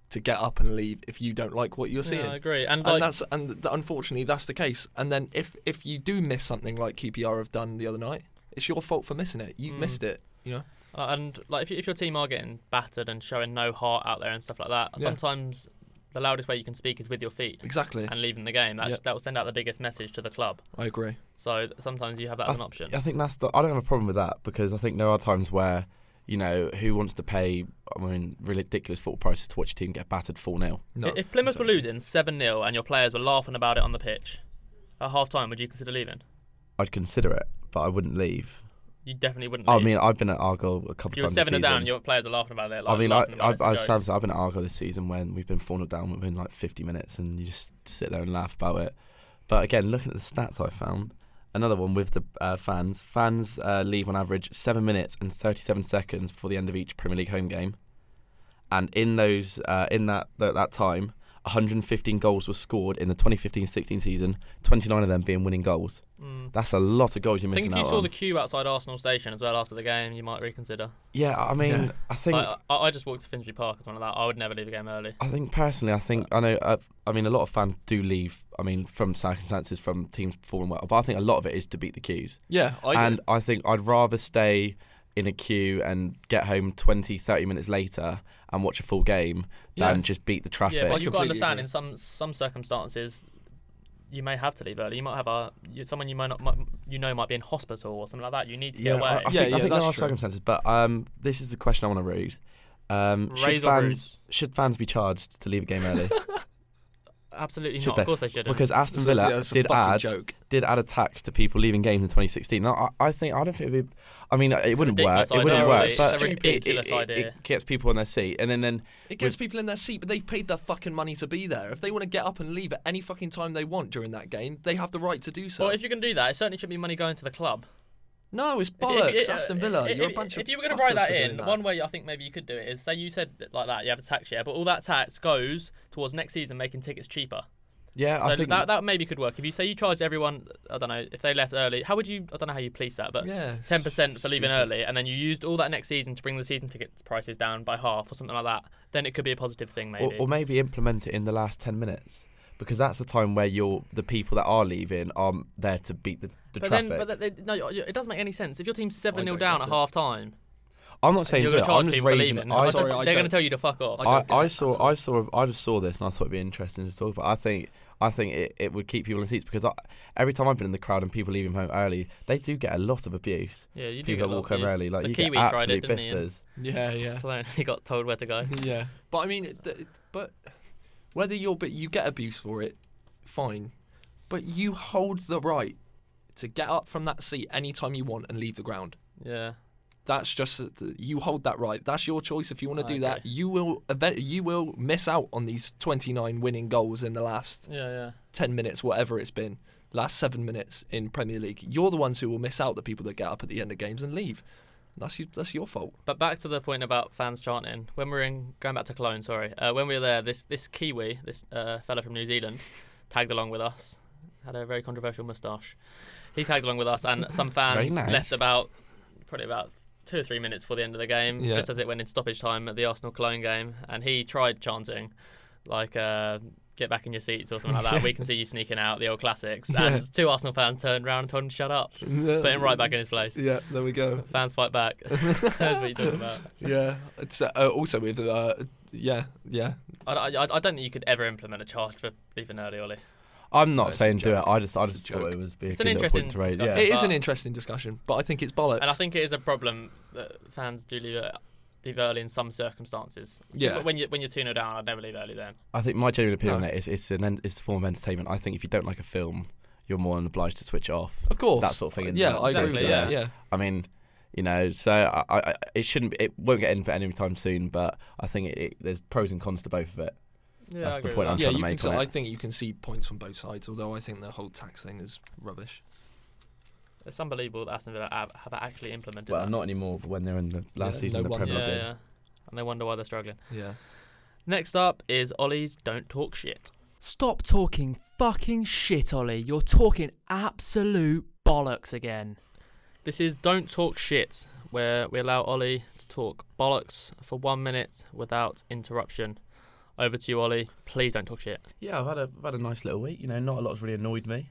Speaker 2: to get up and leave if you don't like what you're seeing
Speaker 1: I agree. And,
Speaker 2: and
Speaker 1: like,
Speaker 2: that's and th- unfortunately that's the case. And then if if you do miss something like QPR have done the other night, it's your fault for missing it. You've
Speaker 1: Mm.
Speaker 2: missed it.
Speaker 1: Uh, and like if, you, if your team are getting battered and showing no heart out there and stuff like that,
Speaker 2: Yeah.
Speaker 1: sometimes the loudest way you can speak is with your feet
Speaker 2: Exactly.
Speaker 1: and leaving the game. That
Speaker 2: Yeah.
Speaker 1: that will send out the biggest message to the club.
Speaker 2: I agree.
Speaker 1: So th- sometimes you have that as an
Speaker 3: th-
Speaker 1: option.
Speaker 3: I think that's the. I don't have a problem with that because I think there are times where, you know, who wants to pay? I mean, ridiculous football prices to watch your team get battered four 0
Speaker 2: No.
Speaker 1: I- if Plymouth were
Speaker 2: exactly.
Speaker 1: losing seven 0 and your players were laughing about it on the pitch at half time, would you consider leaving?
Speaker 3: I'd consider it, but I wouldn't leave.
Speaker 1: You definitely wouldn't.
Speaker 3: I
Speaker 1: leave.
Speaker 3: mean, I've been at Argyle a couple
Speaker 1: if you were
Speaker 3: of times. this
Speaker 1: seven 0 down,
Speaker 3: season.
Speaker 1: and your players are laughing about it. Like,
Speaker 3: I mean, I,
Speaker 1: laughing
Speaker 3: I,
Speaker 1: about it,
Speaker 3: I,
Speaker 1: it's a joke.
Speaker 3: Sam said, I've been at Argyle this season when we've been 4 0 down within like 50 minutes and you just sit there and laugh about it. But again, looking at the stats I found, another one with the uh, fans. Fans uh, leave on average 7 minutes and 37 seconds before the end of each Premier League home game. And in those, uh, in that, that that time, 115 goals were scored in the 2015-16 season. 29 of them being winning goals.
Speaker 1: Mm.
Speaker 3: That's a lot of goals you're
Speaker 1: I think
Speaker 3: missing
Speaker 1: if you
Speaker 3: out
Speaker 1: saw
Speaker 3: on.
Speaker 1: the queue outside Arsenal station as well after the game, you might reconsider.
Speaker 3: yeah, I mean,
Speaker 2: Yeah.
Speaker 3: I think
Speaker 1: Like, I, I just walked to Finsbury Park or something like that. I would never leave a game early.
Speaker 3: I think personally, I think I know. i I mean, a lot of fans do leave. I mean, from circumstances, from teams performing well, but I think a lot of it is to beat the queues.
Speaker 2: Yeah, I
Speaker 3: and
Speaker 2: do.
Speaker 3: I think I'd rather stay in a queue and get home 20, 30 minutes later and watch a full game
Speaker 2: Yeah.
Speaker 3: than just beat the traffic.
Speaker 1: Yeah,
Speaker 2: I
Speaker 1: but you've got to
Speaker 2: completely
Speaker 1: understand
Speaker 2: agree.
Speaker 1: in some some circumstances, you may have to leave early. You might have a you, someone you might not might, you know might be in hospital or something like that. You need to
Speaker 3: Yeah,
Speaker 1: get
Speaker 3: I, I
Speaker 1: away.
Speaker 3: think,
Speaker 2: Yeah,
Speaker 3: I
Speaker 2: yeah,
Speaker 3: think there
Speaker 2: that's
Speaker 3: are
Speaker 2: true.
Speaker 3: circumstances, but um, this is the question I want to raise. Um, should
Speaker 1: Raise or
Speaker 3: fans
Speaker 1: bruise.
Speaker 3: should fans be charged to leave a game early?
Speaker 1: Uh, Absolutely
Speaker 3: Should
Speaker 1: not.
Speaker 3: they?
Speaker 1: Of course they shouldn't.
Speaker 3: Because Aston
Speaker 2: It's a-
Speaker 3: Villa
Speaker 2: yeah, it's a
Speaker 3: did
Speaker 2: fucking
Speaker 3: add
Speaker 2: joke.
Speaker 3: did add a tax to people leaving games in 2016. Now, I, I think I don't think it'd be. I mean, it
Speaker 1: It's a
Speaker 3: wouldn't work.
Speaker 1: ridiculous
Speaker 3: It wouldn't
Speaker 2: idea,
Speaker 3: work.
Speaker 2: really.
Speaker 3: but
Speaker 2: It's a
Speaker 3: it- it-
Speaker 1: ridiculous
Speaker 3: it, it,
Speaker 1: idea.
Speaker 3: It gets people on their seat, and then then
Speaker 2: It gets people in their seat, but they've paid their fucking money to be there. If they want to get up and leave at any fucking time they want during that game, they have the right to do so.
Speaker 1: well, if you can do that, it certainly shouldn't be money going to the club.
Speaker 2: no, it's
Speaker 1: If- if-
Speaker 2: bollocks,
Speaker 1: if-
Speaker 2: Aston Villa.
Speaker 1: if-
Speaker 2: you're a
Speaker 1: if-
Speaker 2: bunch
Speaker 1: if
Speaker 2: of.
Speaker 1: you were going
Speaker 2: fuckers
Speaker 1: to write that
Speaker 2: for doing
Speaker 1: in, the one way I think maybe you could do it is say you said that- like that you have a tax share, but all that tax goes towards next season making tickets cheaper.
Speaker 3: yeah,
Speaker 1: So
Speaker 3: I think
Speaker 1: that that maybe could work. If you say you charge everyone, I don't know if they left early. How would you? I don't know how you police that, but
Speaker 2: Yeah,
Speaker 1: ten percent for leaving
Speaker 2: stupid.
Speaker 1: early, and then you used all that next season to bring the season ticket prices down by half or something like that. Then it could be a positive thing,
Speaker 3: or,
Speaker 1: maybe.
Speaker 3: or maybe implement it in the last 10 minutes because that's the time where you're the people that are leaving are there to beat the, the
Speaker 1: but
Speaker 3: traffic.
Speaker 1: then, but th- th- no, you- it doesn't make any sense. If your team's seven 0
Speaker 2: don't
Speaker 1: down
Speaker 2: get
Speaker 1: at
Speaker 2: it.
Speaker 1: half time,
Speaker 3: I'm not saying
Speaker 1: you're
Speaker 3: do
Speaker 1: going
Speaker 3: it.
Speaker 1: to
Speaker 3: I'm
Speaker 1: charge
Speaker 3: just
Speaker 1: people for
Speaker 3: raising.
Speaker 1: leaving.
Speaker 3: I,
Speaker 1: I
Speaker 2: Sorry,
Speaker 1: don't-
Speaker 2: I
Speaker 1: they're going to
Speaker 2: don't-
Speaker 1: tell you to fuck off.
Speaker 2: I
Speaker 3: I,
Speaker 2: don't get
Speaker 3: I
Speaker 2: it at
Speaker 3: saw
Speaker 2: all.
Speaker 3: I saw I just saw this and I thought it'd be interesting to talk about. I think I think it, it would keep people in seats because I, every time I've been in the crowd and people leaving home early, they do get a lot of abuse.
Speaker 1: yeah, you do
Speaker 3: people
Speaker 1: get
Speaker 3: that
Speaker 1: a lot
Speaker 3: walk
Speaker 1: of
Speaker 3: home
Speaker 1: abuse.
Speaker 3: early, like
Speaker 1: the
Speaker 3: you
Speaker 1: Kiwi
Speaker 3: get
Speaker 1: tried it,
Speaker 3: absolute
Speaker 1: didn't he? And
Speaker 3: bifters.
Speaker 2: Yeah, yeah,
Speaker 1: Cologne, he got told where to go.
Speaker 2: yeah. But I mean, it- th- but whether you're but you get abuse for it, fine. But you hold the right to get up from that seat anytime you want and leave the ground.
Speaker 1: Yeah.
Speaker 2: That's just you hold that right. That's your choice. If you want to
Speaker 1: I
Speaker 2: do that,
Speaker 1: agree.
Speaker 2: you will. event- You will miss out on these 29 winning goals in the last
Speaker 1: Yeah, yeah.
Speaker 2: 10 minutes, whatever it's been, last seven minutes in Premier League. You're the ones who will miss out the people that get up at the end of games and leave. That's you, that's your fault.
Speaker 1: But back to the point about fans chanting. When we were in, going back to Cologne, sorry, uh, when we were there, this this Kiwi, this uh, fella from New Zealand, tagged along with us. Had a very controversial moustache. He tagged along with us, and some
Speaker 3: Very
Speaker 1: fans
Speaker 3: nice.
Speaker 1: left about probably about two or three minutes before the end of the game,
Speaker 2: Yeah.
Speaker 1: just as it went in stoppage time at the Arsenal Cologne game, and he tried chanting like. Uh, Get back in your seats or something like that. We can see you sneaking out the old classics. And two Arsenal fans turned around and told him to shut up, put him right back in his place.
Speaker 2: Yeah, there we go.
Speaker 1: Fans fight back. That's what you're talking about.
Speaker 2: Yeah. It's, uh, also with uh, yeah, yeah.
Speaker 1: I, I, I don't think you could ever implement a charge for leaving early, Ollie.
Speaker 3: I'm
Speaker 2: No,
Speaker 3: not
Speaker 2: it's a
Speaker 3: saying do it.
Speaker 2: joke.
Speaker 3: I just I
Speaker 2: It's a
Speaker 3: just thought
Speaker 2: joke.
Speaker 3: it was be a
Speaker 1: It's
Speaker 3: good
Speaker 1: an
Speaker 3: little point
Speaker 1: interesting
Speaker 3: to raise.
Speaker 1: discussion.
Speaker 3: Yeah.
Speaker 2: It is an
Speaker 1: but-
Speaker 2: interesting discussion, but I think it's bollocks.
Speaker 1: And I think it is a problem that fans do leave, uh, leave early in some circumstances.
Speaker 2: Yeah.
Speaker 1: But when you when you're two 0 down, I'd never leave early then.
Speaker 3: I think my genuine opinion
Speaker 2: No.
Speaker 3: on it is it's an en- it's a form of entertainment. I think if you don't like a film, you're more than obliged to switch it off.
Speaker 2: of course.
Speaker 3: that sort of thing in
Speaker 2: Yeah,
Speaker 3: the-
Speaker 2: I agree with
Speaker 1: Exactly,
Speaker 2: that. Yeah.
Speaker 3: I mean, you know, so I, I, I- it shouldn't, be, it won't get in for any time soon. But I think it, it, there's pros and cons to both of it.
Speaker 1: Yeah,
Speaker 3: That's the point I'm
Speaker 2: Yeah,
Speaker 3: trying to
Speaker 2: you can
Speaker 3: make
Speaker 2: see,
Speaker 3: on it.
Speaker 2: I think you can see points from both sides, although I think the whole tax thing is rubbish.
Speaker 1: It's unbelievable that Aston Villa have, have actually implemented
Speaker 3: Well,
Speaker 1: that.
Speaker 3: not anymore. But when they're in the last
Speaker 2: Yeah,
Speaker 3: season of
Speaker 2: no
Speaker 3: the
Speaker 2: one-
Speaker 1: yeah,
Speaker 3: Premier League,
Speaker 1: yeah. And they wonder why they're struggling.
Speaker 2: Yeah.
Speaker 1: Next up is Ollie's Don't Talk Shit. Stop talking fucking shit, Ollie. You're talking absolute bollocks again. This is Don't Talk Shit, where we allow Ollie to talk bollocks for one minute without interruption. Over to you, Ollie. Please don't talk shit.
Speaker 3: Yeah, I've had a I've had a nice little week. You know, not a lot's really annoyed me.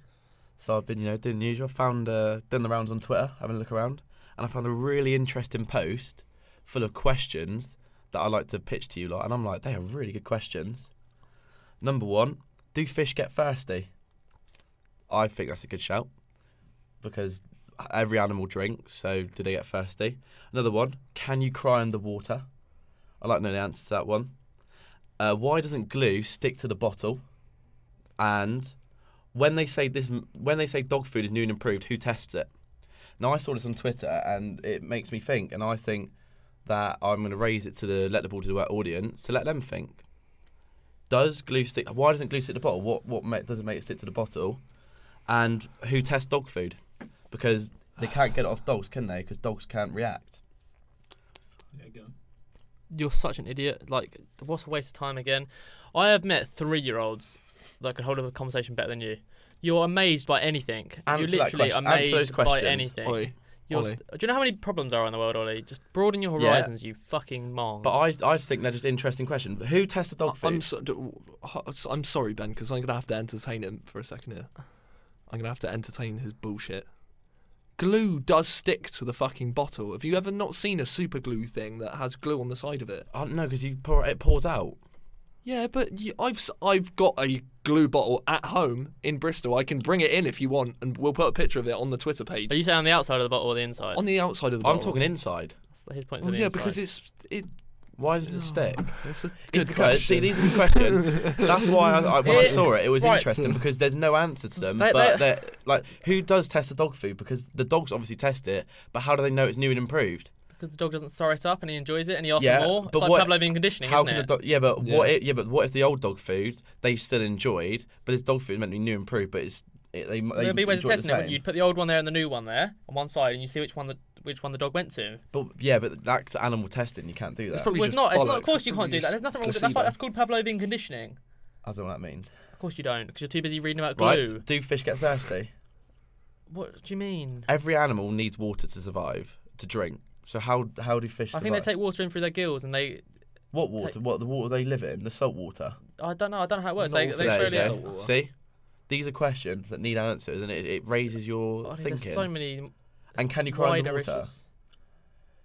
Speaker 3: So I've been, you know, doing the usual. Found uh, done the rounds on Twitter, having a look around, and I found a really interesting post full of questions that I like to pitch to you lot. And I'm like, they are really good questions. Number one, do fish get thirsty? I think that's a good shout because every animal drinks, so do they get thirsty? Underwater. Another one, can you cry in the water? I'd like to know the answer to that one. Uh, why doesn't glue stick to the bottle? And when they say this, when they say dog food is new and improved, who tests it? Now I saw this on Twitter, and it makes me think, and I think that I'm going to raise it to the let the ball to the wet audience to let them think. Does glue stick? Why doesn't glue stick to the bottle? What what ma- does it make it stick to the bottle? And who tests dog food? Because they can't get it off dogs, can they? Because dogs can't react.
Speaker 1: You're such an idiot. Like, what a waste of time again. I have met three year olds that could hold up a conversation better than you. You're amazed by anything.
Speaker 3: Answer that
Speaker 1: You're literally
Speaker 3: question- answer
Speaker 1: amazed
Speaker 3: those
Speaker 1: by
Speaker 3: questions,
Speaker 1: anything.
Speaker 2: Ollie,
Speaker 1: You're-
Speaker 2: Ollie.
Speaker 1: Do you know how many problems there are in the world, Ollie? Just broaden your
Speaker 3: Yeah.
Speaker 1: horizons, you fucking mong.
Speaker 3: But I, I just think they're just interesting questions. Who tests the dog food?
Speaker 2: I'm, so, d- I'm sorry, Ben, because I'm going to have to entertain him for a second here. I'm going to have to entertain his bullshit. Glue does stick to the fucking bottle. Have you ever not seen a super glue thing that has glue on the side of it?
Speaker 3: I don't know because you pour it pours out.
Speaker 2: Yeah, but you, I've s- I've got a glue bottle at home in Bristol. I can bring it in if you want, and we'll put a picture of it on the Twitter page.
Speaker 1: Are you saying on the outside of the bottle or the inside?
Speaker 2: on the outside of the
Speaker 3: I'm
Speaker 2: bottle.
Speaker 3: talking inside.
Speaker 1: His point's
Speaker 2: Well,
Speaker 1: on the
Speaker 2: yeah,
Speaker 1: inside.
Speaker 2: because it's it.
Speaker 3: Why does it stick?
Speaker 2: That's a
Speaker 3: It's because- See, these are the questions. That's why I, I, when I
Speaker 1: It-
Speaker 3: saw it, it was
Speaker 1: right.
Speaker 3: interesting because there's no answer to them.
Speaker 1: They-
Speaker 3: but they're, like, who does test the dog food? Because the dogs obviously test it, but how do they know it's new and improved?
Speaker 1: Because the dog doesn't throw it up and he enjoys it and he asks
Speaker 3: Yeah,
Speaker 1: for more. It's
Speaker 3: but
Speaker 1: like
Speaker 3: what-
Speaker 1: Pavlovian conditioning,
Speaker 3: How
Speaker 1: isn't
Speaker 3: can
Speaker 1: it?
Speaker 3: the dog? Yeah, but
Speaker 2: Yeah.
Speaker 3: what? If, yeah, but what if the old dog food they still enjoyed, but this dog food is meant to be new and improved, but it's it, they, they
Speaker 1: There'd be ways of
Speaker 3: enjoy it the
Speaker 1: testing it. wouldn't
Speaker 3: same.
Speaker 1: you? You'd put the old one there and the new one there on one side, and you see which one the which one the dog went to.
Speaker 3: But yeah, but that's animal testing. You can't do that.
Speaker 2: probably
Speaker 1: Well, it's
Speaker 2: just
Speaker 1: not. It's not.
Speaker 2: bollocks.
Speaker 1: Of course,
Speaker 2: It's
Speaker 1: you
Speaker 2: probably
Speaker 1: can't do that.
Speaker 2: just
Speaker 1: There's nothing wrong with it. That's,
Speaker 2: placebo.
Speaker 1: like, that's called Pavlovian conditioning.
Speaker 3: I don't know what that means.
Speaker 1: Of course you don't, because you're too busy reading about glue.
Speaker 3: Right? Do fish get thirsty?
Speaker 1: What do you mean?
Speaker 3: Every animal needs water to survive, to drink. So how how do fish?
Speaker 1: I think
Speaker 3: survive?
Speaker 1: they take water in through their gills, and they.
Speaker 3: What water? what the water they live in? The salt water.
Speaker 1: I don't know. I don't know how it works.
Speaker 2: Not
Speaker 1: They,
Speaker 2: all
Speaker 1: they
Speaker 2: fish
Speaker 3: There you
Speaker 1: slowly.
Speaker 2: really-
Speaker 3: go.
Speaker 2: Salt water.
Speaker 3: See, these are questions that need answers, and it, it raises your
Speaker 1: Oh,
Speaker 3: thinking.
Speaker 1: there's so many
Speaker 3: and can you cry in the
Speaker 1: wider
Speaker 3: water?
Speaker 1: issues.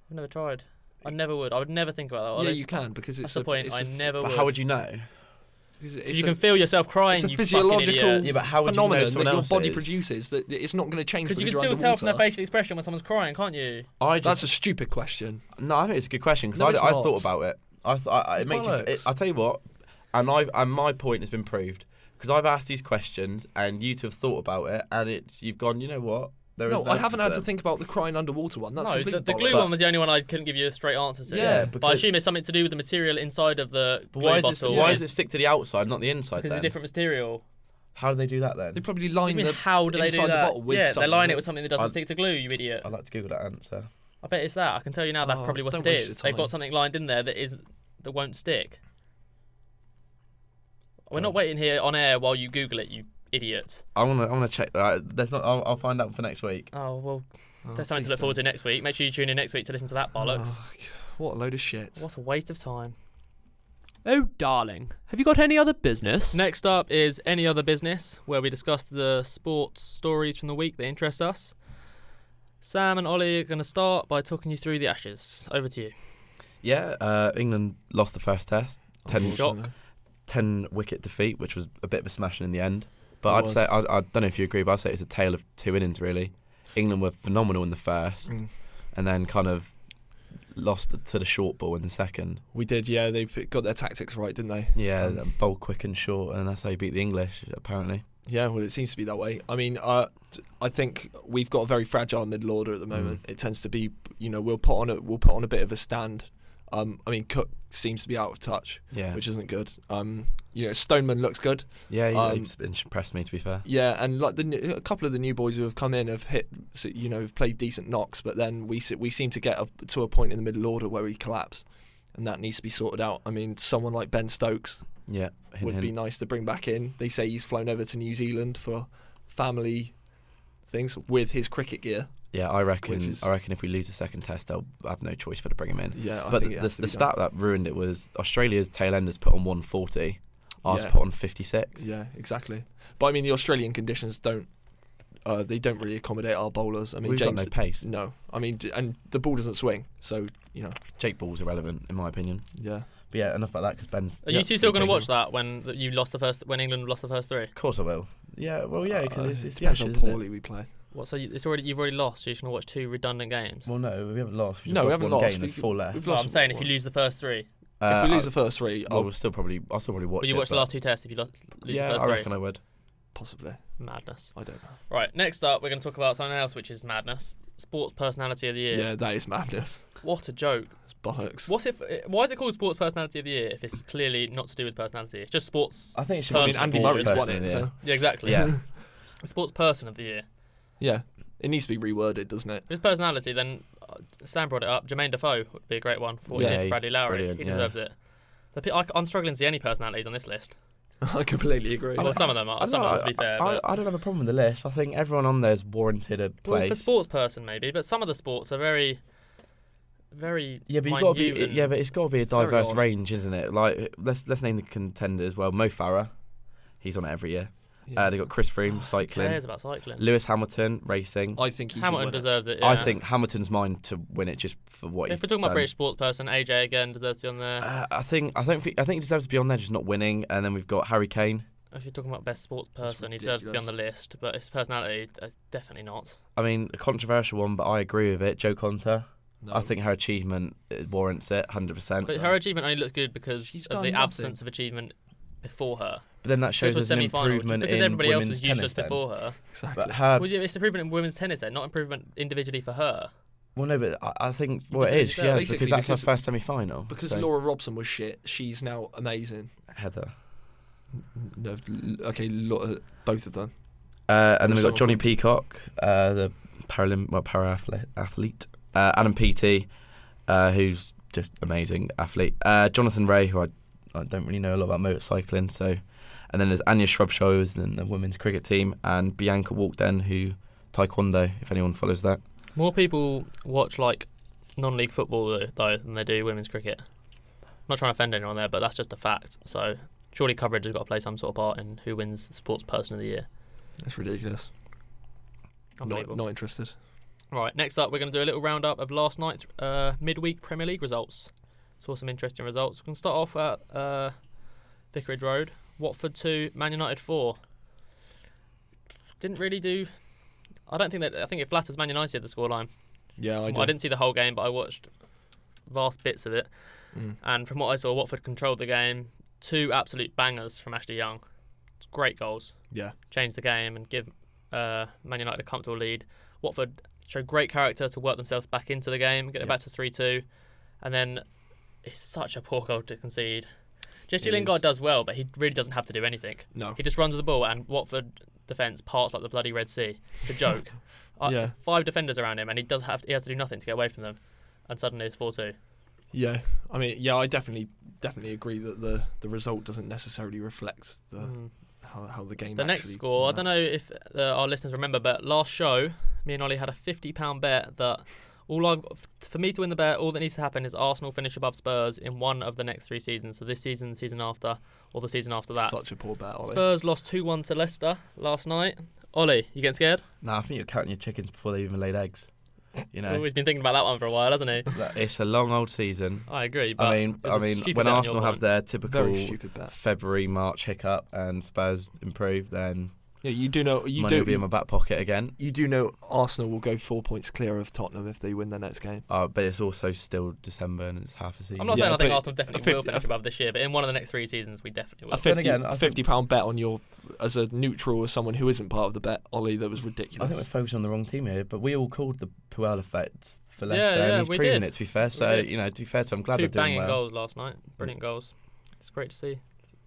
Speaker 1: I've never tried. I never would. I would never think about that.
Speaker 2: yeah,
Speaker 1: Ollie.
Speaker 2: you can because
Speaker 1: That's
Speaker 2: it's
Speaker 1: the
Speaker 2: a-
Speaker 1: point.
Speaker 2: It's
Speaker 1: I
Speaker 2: a,
Speaker 1: never
Speaker 3: But
Speaker 1: would.
Speaker 3: how would you know?
Speaker 1: 'Cause
Speaker 2: It's, it's
Speaker 1: you
Speaker 2: a,
Speaker 1: can feel yourself crying.
Speaker 2: it's a
Speaker 1: you
Speaker 2: physiological
Speaker 3: Yeah, but how would you know
Speaker 2: phenomenon
Speaker 3: someone
Speaker 2: that your
Speaker 3: else
Speaker 2: body
Speaker 3: is?
Speaker 2: produces that that it's not going to change
Speaker 1: Because
Speaker 2: because
Speaker 1: you can
Speaker 2: you're
Speaker 1: still tell from their
Speaker 2: underwater.
Speaker 1: facial expression when someone's crying, can't you?
Speaker 3: I just
Speaker 2: That's a stupid question.
Speaker 3: no. I think it's a good question because
Speaker 2: No, it's
Speaker 3: I, I
Speaker 2: not.
Speaker 3: thought about it. I, th- I, I
Speaker 2: It's
Speaker 3: it makes you, f- it,
Speaker 2: bollocks.
Speaker 3: I tell you what, and I and my point has been proved because I've asked these questions and you two have thought about it and it's you've gone. You know what? There is
Speaker 2: no, I
Speaker 3: answer
Speaker 2: haven't had to
Speaker 3: them."
Speaker 2: think about the crying underwater one. That's
Speaker 1: no,
Speaker 2: complete
Speaker 1: the, the
Speaker 2: bollocks.
Speaker 1: glue
Speaker 3: But-
Speaker 1: one was the only one I couldn't give you a straight answer to.
Speaker 2: Yeah,
Speaker 1: but I
Speaker 3: because-
Speaker 1: assume it's something to do with the material inside of the
Speaker 3: But
Speaker 1: glue
Speaker 3: why is it
Speaker 1: bottle.
Speaker 3: why
Speaker 1: is-
Speaker 3: is it stick to the outside, not the inside?
Speaker 1: Because it's a
Speaker 3: Then
Speaker 1: different material.
Speaker 3: how do they do that
Speaker 2: They
Speaker 3: then?
Speaker 2: probably
Speaker 1: What do you
Speaker 2: line
Speaker 1: mean,
Speaker 2: the.
Speaker 1: how do they do
Speaker 2: inside
Speaker 1: that?
Speaker 2: the bottle with
Speaker 1: yeah, they're
Speaker 2: something
Speaker 1: lining
Speaker 2: that-
Speaker 1: it with something that doesn't
Speaker 3: I'd-
Speaker 1: stick to glue. You idiot.
Speaker 3: I'd like to Google that answer.
Speaker 1: I bet it's that. I can tell you now. That's
Speaker 2: Oh,
Speaker 1: probably what
Speaker 2: don't
Speaker 1: it
Speaker 2: waste
Speaker 1: is.
Speaker 2: your
Speaker 1: They've
Speaker 2: time.
Speaker 1: got something lined in there that is that won't stick. We're not
Speaker 3: Don't.
Speaker 1: waiting here on air while you Google it, you idiot.
Speaker 3: I wanna I wanna check that. There's not. I'll, I'll find out for next week.
Speaker 1: Oh well,
Speaker 2: Oh,
Speaker 1: there's something
Speaker 2: please
Speaker 1: to look forward
Speaker 2: don't.
Speaker 1: to next week. Make sure you tune in next week to listen to that bollocks.
Speaker 2: Oh, g- what a load of shit.
Speaker 1: What a waste of time. Oh, darling, have you got any other business? Next up is Any Other Business, where we discuss the sports stories from the week that interest us. Sam and Ollie are going to start by talking you through the Ashes. Over to you.
Speaker 3: Yeah, uh, England lost the first test. Ten
Speaker 2: Unfortunately.
Speaker 3: 10 wicket defeat, which was a bit of a smashing in the end. But
Speaker 2: It
Speaker 3: I'd
Speaker 2: was.
Speaker 3: say, I, I don't know if you agree, but I'd say it's a tale of two innings, really. England were phenomenal in the first
Speaker 2: Mm.
Speaker 3: and then kind of lost to the short ball in the second.
Speaker 2: We did, yeah. They f- got their tactics right, didn't they?
Speaker 3: Yeah,
Speaker 2: Um,
Speaker 3: that bowl quick and short, and that's how you beat the English, apparently.
Speaker 2: Yeah, well, it seems to be that way. I mean, uh, t- I think we've got a very fragile middle order at the moment.
Speaker 3: Mm.
Speaker 2: It tends to be, you know, we'll put on a we'll put on a bit of a stand. Um, I mean, Cook seems to be out of touch,
Speaker 3: Yeah.
Speaker 2: which isn't good. Um, you know, Stoneman looks good.
Speaker 3: yeah, he,
Speaker 2: um,
Speaker 3: he's been- impressed me, to be fair.
Speaker 2: Yeah, and like the new, a couple of the new boys who have come in have hit, so, you know, have played decent knocks, but then we se- we seem to get up to a point in the middle order where we collapse, and that needs to be sorted out. I mean, someone like Ben Stokes
Speaker 3: Yeah. Hint,
Speaker 2: would
Speaker 3: hint.
Speaker 2: be nice to bring back in. They say he's flown over to New Zealand for family things with his cricket gear.
Speaker 3: yeah, I reckon
Speaker 2: which is-
Speaker 3: I reckon if we lose the second test, they'll have no choice but to bring him in.
Speaker 2: Yeah,
Speaker 3: but
Speaker 2: I
Speaker 3: the,
Speaker 2: think it
Speaker 3: the,
Speaker 2: has to
Speaker 3: the
Speaker 2: be done.
Speaker 3: stat that ruined it was Australia's tail enders put on 140, ours
Speaker 2: Yeah.
Speaker 3: put on 56.
Speaker 2: Yeah, exactly. But I mean, the Australian conditions don't. Uh, they don't really accommodate our bowlers. I mean,
Speaker 3: We've
Speaker 2: James.
Speaker 3: got no pace.
Speaker 2: no, I mean, d- and the ball doesn't swing, so you know,
Speaker 3: Jake Ball's irrelevant, in my opinion.
Speaker 2: yeah.
Speaker 3: But yeah, enough about that because Ben's.
Speaker 1: Are you two still going to watch that when th- you lost the first when England lost the first three?
Speaker 3: Of course I will. Yeah, well, yeah, because
Speaker 2: Uh,
Speaker 3: it's, it's the
Speaker 2: it depends
Speaker 3: Ashes,
Speaker 2: how
Speaker 3: isn't it?
Speaker 2: poorly we play.
Speaker 1: What? So you, it's already you've already lost. So you're just going to watch two redundant games.
Speaker 3: Well, no, we haven't lost. We just
Speaker 2: No, we
Speaker 3: lost
Speaker 2: haven't
Speaker 3: one
Speaker 2: lost.
Speaker 3: game. There's
Speaker 2: We-
Speaker 3: four left.
Speaker 2: We've
Speaker 1: No,
Speaker 2: lost
Speaker 1: I'm saying if you
Speaker 2: one.
Speaker 1: lose the first three,
Speaker 2: if
Speaker 3: Uh,
Speaker 2: we
Speaker 3: I-
Speaker 2: lose the first three, oh,
Speaker 3: well,
Speaker 2: I'll
Speaker 3: we'll still probably. I'll still probably watch.
Speaker 1: will you
Speaker 3: it,
Speaker 1: watch the
Speaker 3: but-
Speaker 1: last two tests if you lo- lose
Speaker 3: Yeah,
Speaker 1: the first
Speaker 3: I
Speaker 1: three?
Speaker 3: reckon I would.
Speaker 2: possibly.
Speaker 1: Madness.
Speaker 2: I don't know.
Speaker 1: Right. Next up, we're going to talk about something else, which is madness. Sports personality of the
Speaker 2: Yeah.
Speaker 1: year.
Speaker 2: that is madness.
Speaker 1: What a joke.
Speaker 2: It's bollocks.
Speaker 1: What's if? eh, Why is it called sports personality of the year if it's clearly not to do with personality? It's just sports.
Speaker 3: I think it should. be
Speaker 2: I mean,
Speaker 1: Person-
Speaker 2: Andy
Speaker 3: sports
Speaker 2: Murray's won
Speaker 3: person of
Speaker 2: it,
Speaker 3: the
Speaker 2: so
Speaker 3: year.
Speaker 1: Yeah, exactly.
Speaker 3: Uh, Yeah,
Speaker 1: Sports person of the year.
Speaker 2: yeah, it needs to be reworded, doesn't it?
Speaker 1: If it's personality, then uh, Sam brought it up. Jermaine Defoe would be a great one for what he
Speaker 3: Yeah,
Speaker 1: did for
Speaker 3: he's
Speaker 1: Bradley Lowry.
Speaker 3: brilliant,
Speaker 1: He
Speaker 3: yeah.
Speaker 1: deserves it. The, pe- I, am struggling to see any personalities on this list.
Speaker 2: I completely agree.
Speaker 1: Well, some of them
Speaker 3: I
Speaker 1: are.
Speaker 3: don't
Speaker 1: Some
Speaker 3: know,
Speaker 1: of them, to be fair.
Speaker 3: I,
Speaker 1: but
Speaker 3: I don't have a problem with the list. I think everyone on there's warranted a place.
Speaker 1: well, for sports person, maybe. But some of the sports are very, very.
Speaker 3: Yeah, but you got
Speaker 1: minute
Speaker 3: to be.
Speaker 1: and-
Speaker 3: Yeah, but it's got to be a
Speaker 2: Very
Speaker 3: diverse
Speaker 2: odd.
Speaker 3: range, isn't it? Like, let's let's name the contenders. Well, Mo Farah, he's on it every year.
Speaker 2: Yeah.
Speaker 3: Uh, they got Chris Froome,
Speaker 1: Who
Speaker 3: cycling.
Speaker 1: cares about cycling?
Speaker 3: Lewis Hamilton, racing.
Speaker 2: I think he should
Speaker 1: Hamilton
Speaker 2: win it.
Speaker 1: deserves it.
Speaker 3: I
Speaker 1: yeah.
Speaker 3: think Hamilton's mine to win it just for what
Speaker 1: If
Speaker 3: he's
Speaker 1: we're talking about
Speaker 3: done.
Speaker 1: British sports person, AJ again deserves to be on there.
Speaker 3: Uh, I think I don't think I think he deserves to be on there, just not winning. And then we've got Harry Kane.
Speaker 1: if you're talking about best sports person, he deserves to be on the list. But his personality, uh, definitely not.
Speaker 3: I mean, a controversial one, but I agree with it. Joe Conter.
Speaker 2: No.
Speaker 3: I think her achievement uh, warrants it, hundred percent.
Speaker 1: But her achievement only looks good because
Speaker 5: She's
Speaker 1: of
Speaker 5: done
Speaker 1: the
Speaker 5: nothing.
Speaker 1: absence of achievement before her.
Speaker 3: But then that shows
Speaker 1: Which was
Speaker 3: there's an
Speaker 1: semi-final, just
Speaker 3: improvement
Speaker 1: because
Speaker 3: in
Speaker 1: everybody else
Speaker 3: women's
Speaker 1: was
Speaker 3: tennis.
Speaker 1: useless
Speaker 3: then. Uh,
Speaker 1: before her.
Speaker 2: exactly.
Speaker 3: But her,
Speaker 1: well, yeah, it's improvement in women's tennis then, not improvement individually for her.
Speaker 3: well, no, but I, I think well, it
Speaker 1: Basically,
Speaker 3: is, yeah,
Speaker 2: basically
Speaker 3: because that's
Speaker 2: because-
Speaker 3: her first semi-final.
Speaker 2: Because
Speaker 3: so-
Speaker 2: Laura Robson was shit, she's now amazing.
Speaker 3: Heather,
Speaker 2: No, okay, lo- both of them.
Speaker 3: uh, and then
Speaker 2: Or
Speaker 3: we've
Speaker 2: someone
Speaker 3: got Johnny
Speaker 2: from-
Speaker 3: Peacock, uh, the paralymp well, para athlete, athlete. Uh, Adam Peaty, uh, who's just amazing athlete. Uh, Jonathan Ray, who I, I don't really know a lot about motorcycling, so. And then there's Anya Shrubshaw, who's in the women's cricket team, and Bianca Walkden, who taekwondo. If anyone follows that.
Speaker 1: More people watch like non-league football though, though than they do women's cricket. I'm not trying to offend anyone there, but that's just a fact. So surely coverage has got to play some sort of part in who wins the sports person of the year.
Speaker 2: That's ridiculous. Not,
Speaker 1: Unbelievable.
Speaker 2: not interested.
Speaker 1: Right, next up, we're going to do a little roundup of last night's uh, midweek Premier League results. Saw some interesting results. We can start off at uh, Vicarage Road. Watford 2, Man United 4. Didn't really do. I don't think that. I think it flatters Man United, the scoreline.
Speaker 2: Yeah, I
Speaker 1: Well,
Speaker 2: do.
Speaker 1: I didn't see the whole game, but I watched vast bits of it.
Speaker 2: Mm.
Speaker 1: And from what I saw, Watford controlled the game. Two absolute bangers from Ashley Young. It's great goals
Speaker 2: Yeah.
Speaker 1: change the game and give uh, Man United a comfortable lead. Watford showed great character to work themselves back into the game, get it
Speaker 2: Yeah.
Speaker 1: back to 3 2. And then it's such a poor goal to concede. Jesse
Speaker 2: It
Speaker 1: Lingard
Speaker 2: is.
Speaker 1: does well, but he really doesn't have to do anything.
Speaker 2: No.
Speaker 1: He just runs with the ball, and Watford defence parts like the bloody Red Sea. It's a joke. Uh,
Speaker 2: Yeah.
Speaker 1: Five defenders around him, and he does have he has to do nothing to get away from them. And suddenly it's 4 2.
Speaker 2: Yeah. I mean, yeah, I definitely definitely agree that the, the result doesn't necessarily reflect the how, how the game
Speaker 1: Mm. The next
Speaker 2: actually
Speaker 1: score, I
Speaker 2: went
Speaker 1: don't
Speaker 2: out.
Speaker 1: know if uh, our listeners remember, but last show, me and Ollie had a £50 bet that all I've got, f- for me to win the bet, all that needs to happen is Arsenal finish above Spurs in one of the next three seasons. So this season, the season after, or the season after that.
Speaker 2: Such a poor bet, Ollie.
Speaker 1: Spurs lost 2 1 to Leicester last night. Ollie, you getting scared?
Speaker 3: No, I think you're counting your chickens before they even laid eggs. You
Speaker 1: Well,
Speaker 3: know,
Speaker 1: he's been thinking about that one for a while, hasn't he?
Speaker 3: That- it's a long old season.
Speaker 1: I agree. But
Speaker 3: I mean,
Speaker 1: it was
Speaker 3: I
Speaker 1: a
Speaker 3: mean,
Speaker 1: stupid
Speaker 3: when
Speaker 1: bet on
Speaker 3: Arsenal
Speaker 1: your
Speaker 3: have
Speaker 1: point.
Speaker 3: their
Speaker 2: Very
Speaker 3: typical
Speaker 2: stupid bet.
Speaker 3: February March hiccup and Spurs improve, then
Speaker 2: Yeah, you do know you
Speaker 3: money
Speaker 2: do
Speaker 3: will be in my back pocket again.
Speaker 2: you do know Arsenal will go four points clear of Tottenham if they win their next game.
Speaker 3: Uh, but it's also still December and it's half a season.
Speaker 1: I'm not
Speaker 2: Yeah,
Speaker 1: saying I think
Speaker 2: but
Speaker 1: Arsenal definitely will
Speaker 2: 50
Speaker 1: finish above this year, but in one of the next three seasons, we definitely will.
Speaker 2: A 50,
Speaker 3: again, I think-
Speaker 2: £50 pound bet on your as a neutral or someone who isn't part of the bet, Ollie, that was
Speaker 3: I
Speaker 2: ridiculous.
Speaker 3: think we're focusing on the wrong team here, but we all called the Puel effect for
Speaker 1: Yeah,
Speaker 3: Leicester,
Speaker 1: yeah,
Speaker 3: and he's
Speaker 1: we
Speaker 3: proven
Speaker 1: did.
Speaker 3: it. To be fair, so
Speaker 1: did.
Speaker 3: you know, to be fair, so I'm glad
Speaker 1: two
Speaker 3: they're doing
Speaker 1: banging
Speaker 3: well.
Speaker 1: goals last night. Brilliant goals. It's great to see.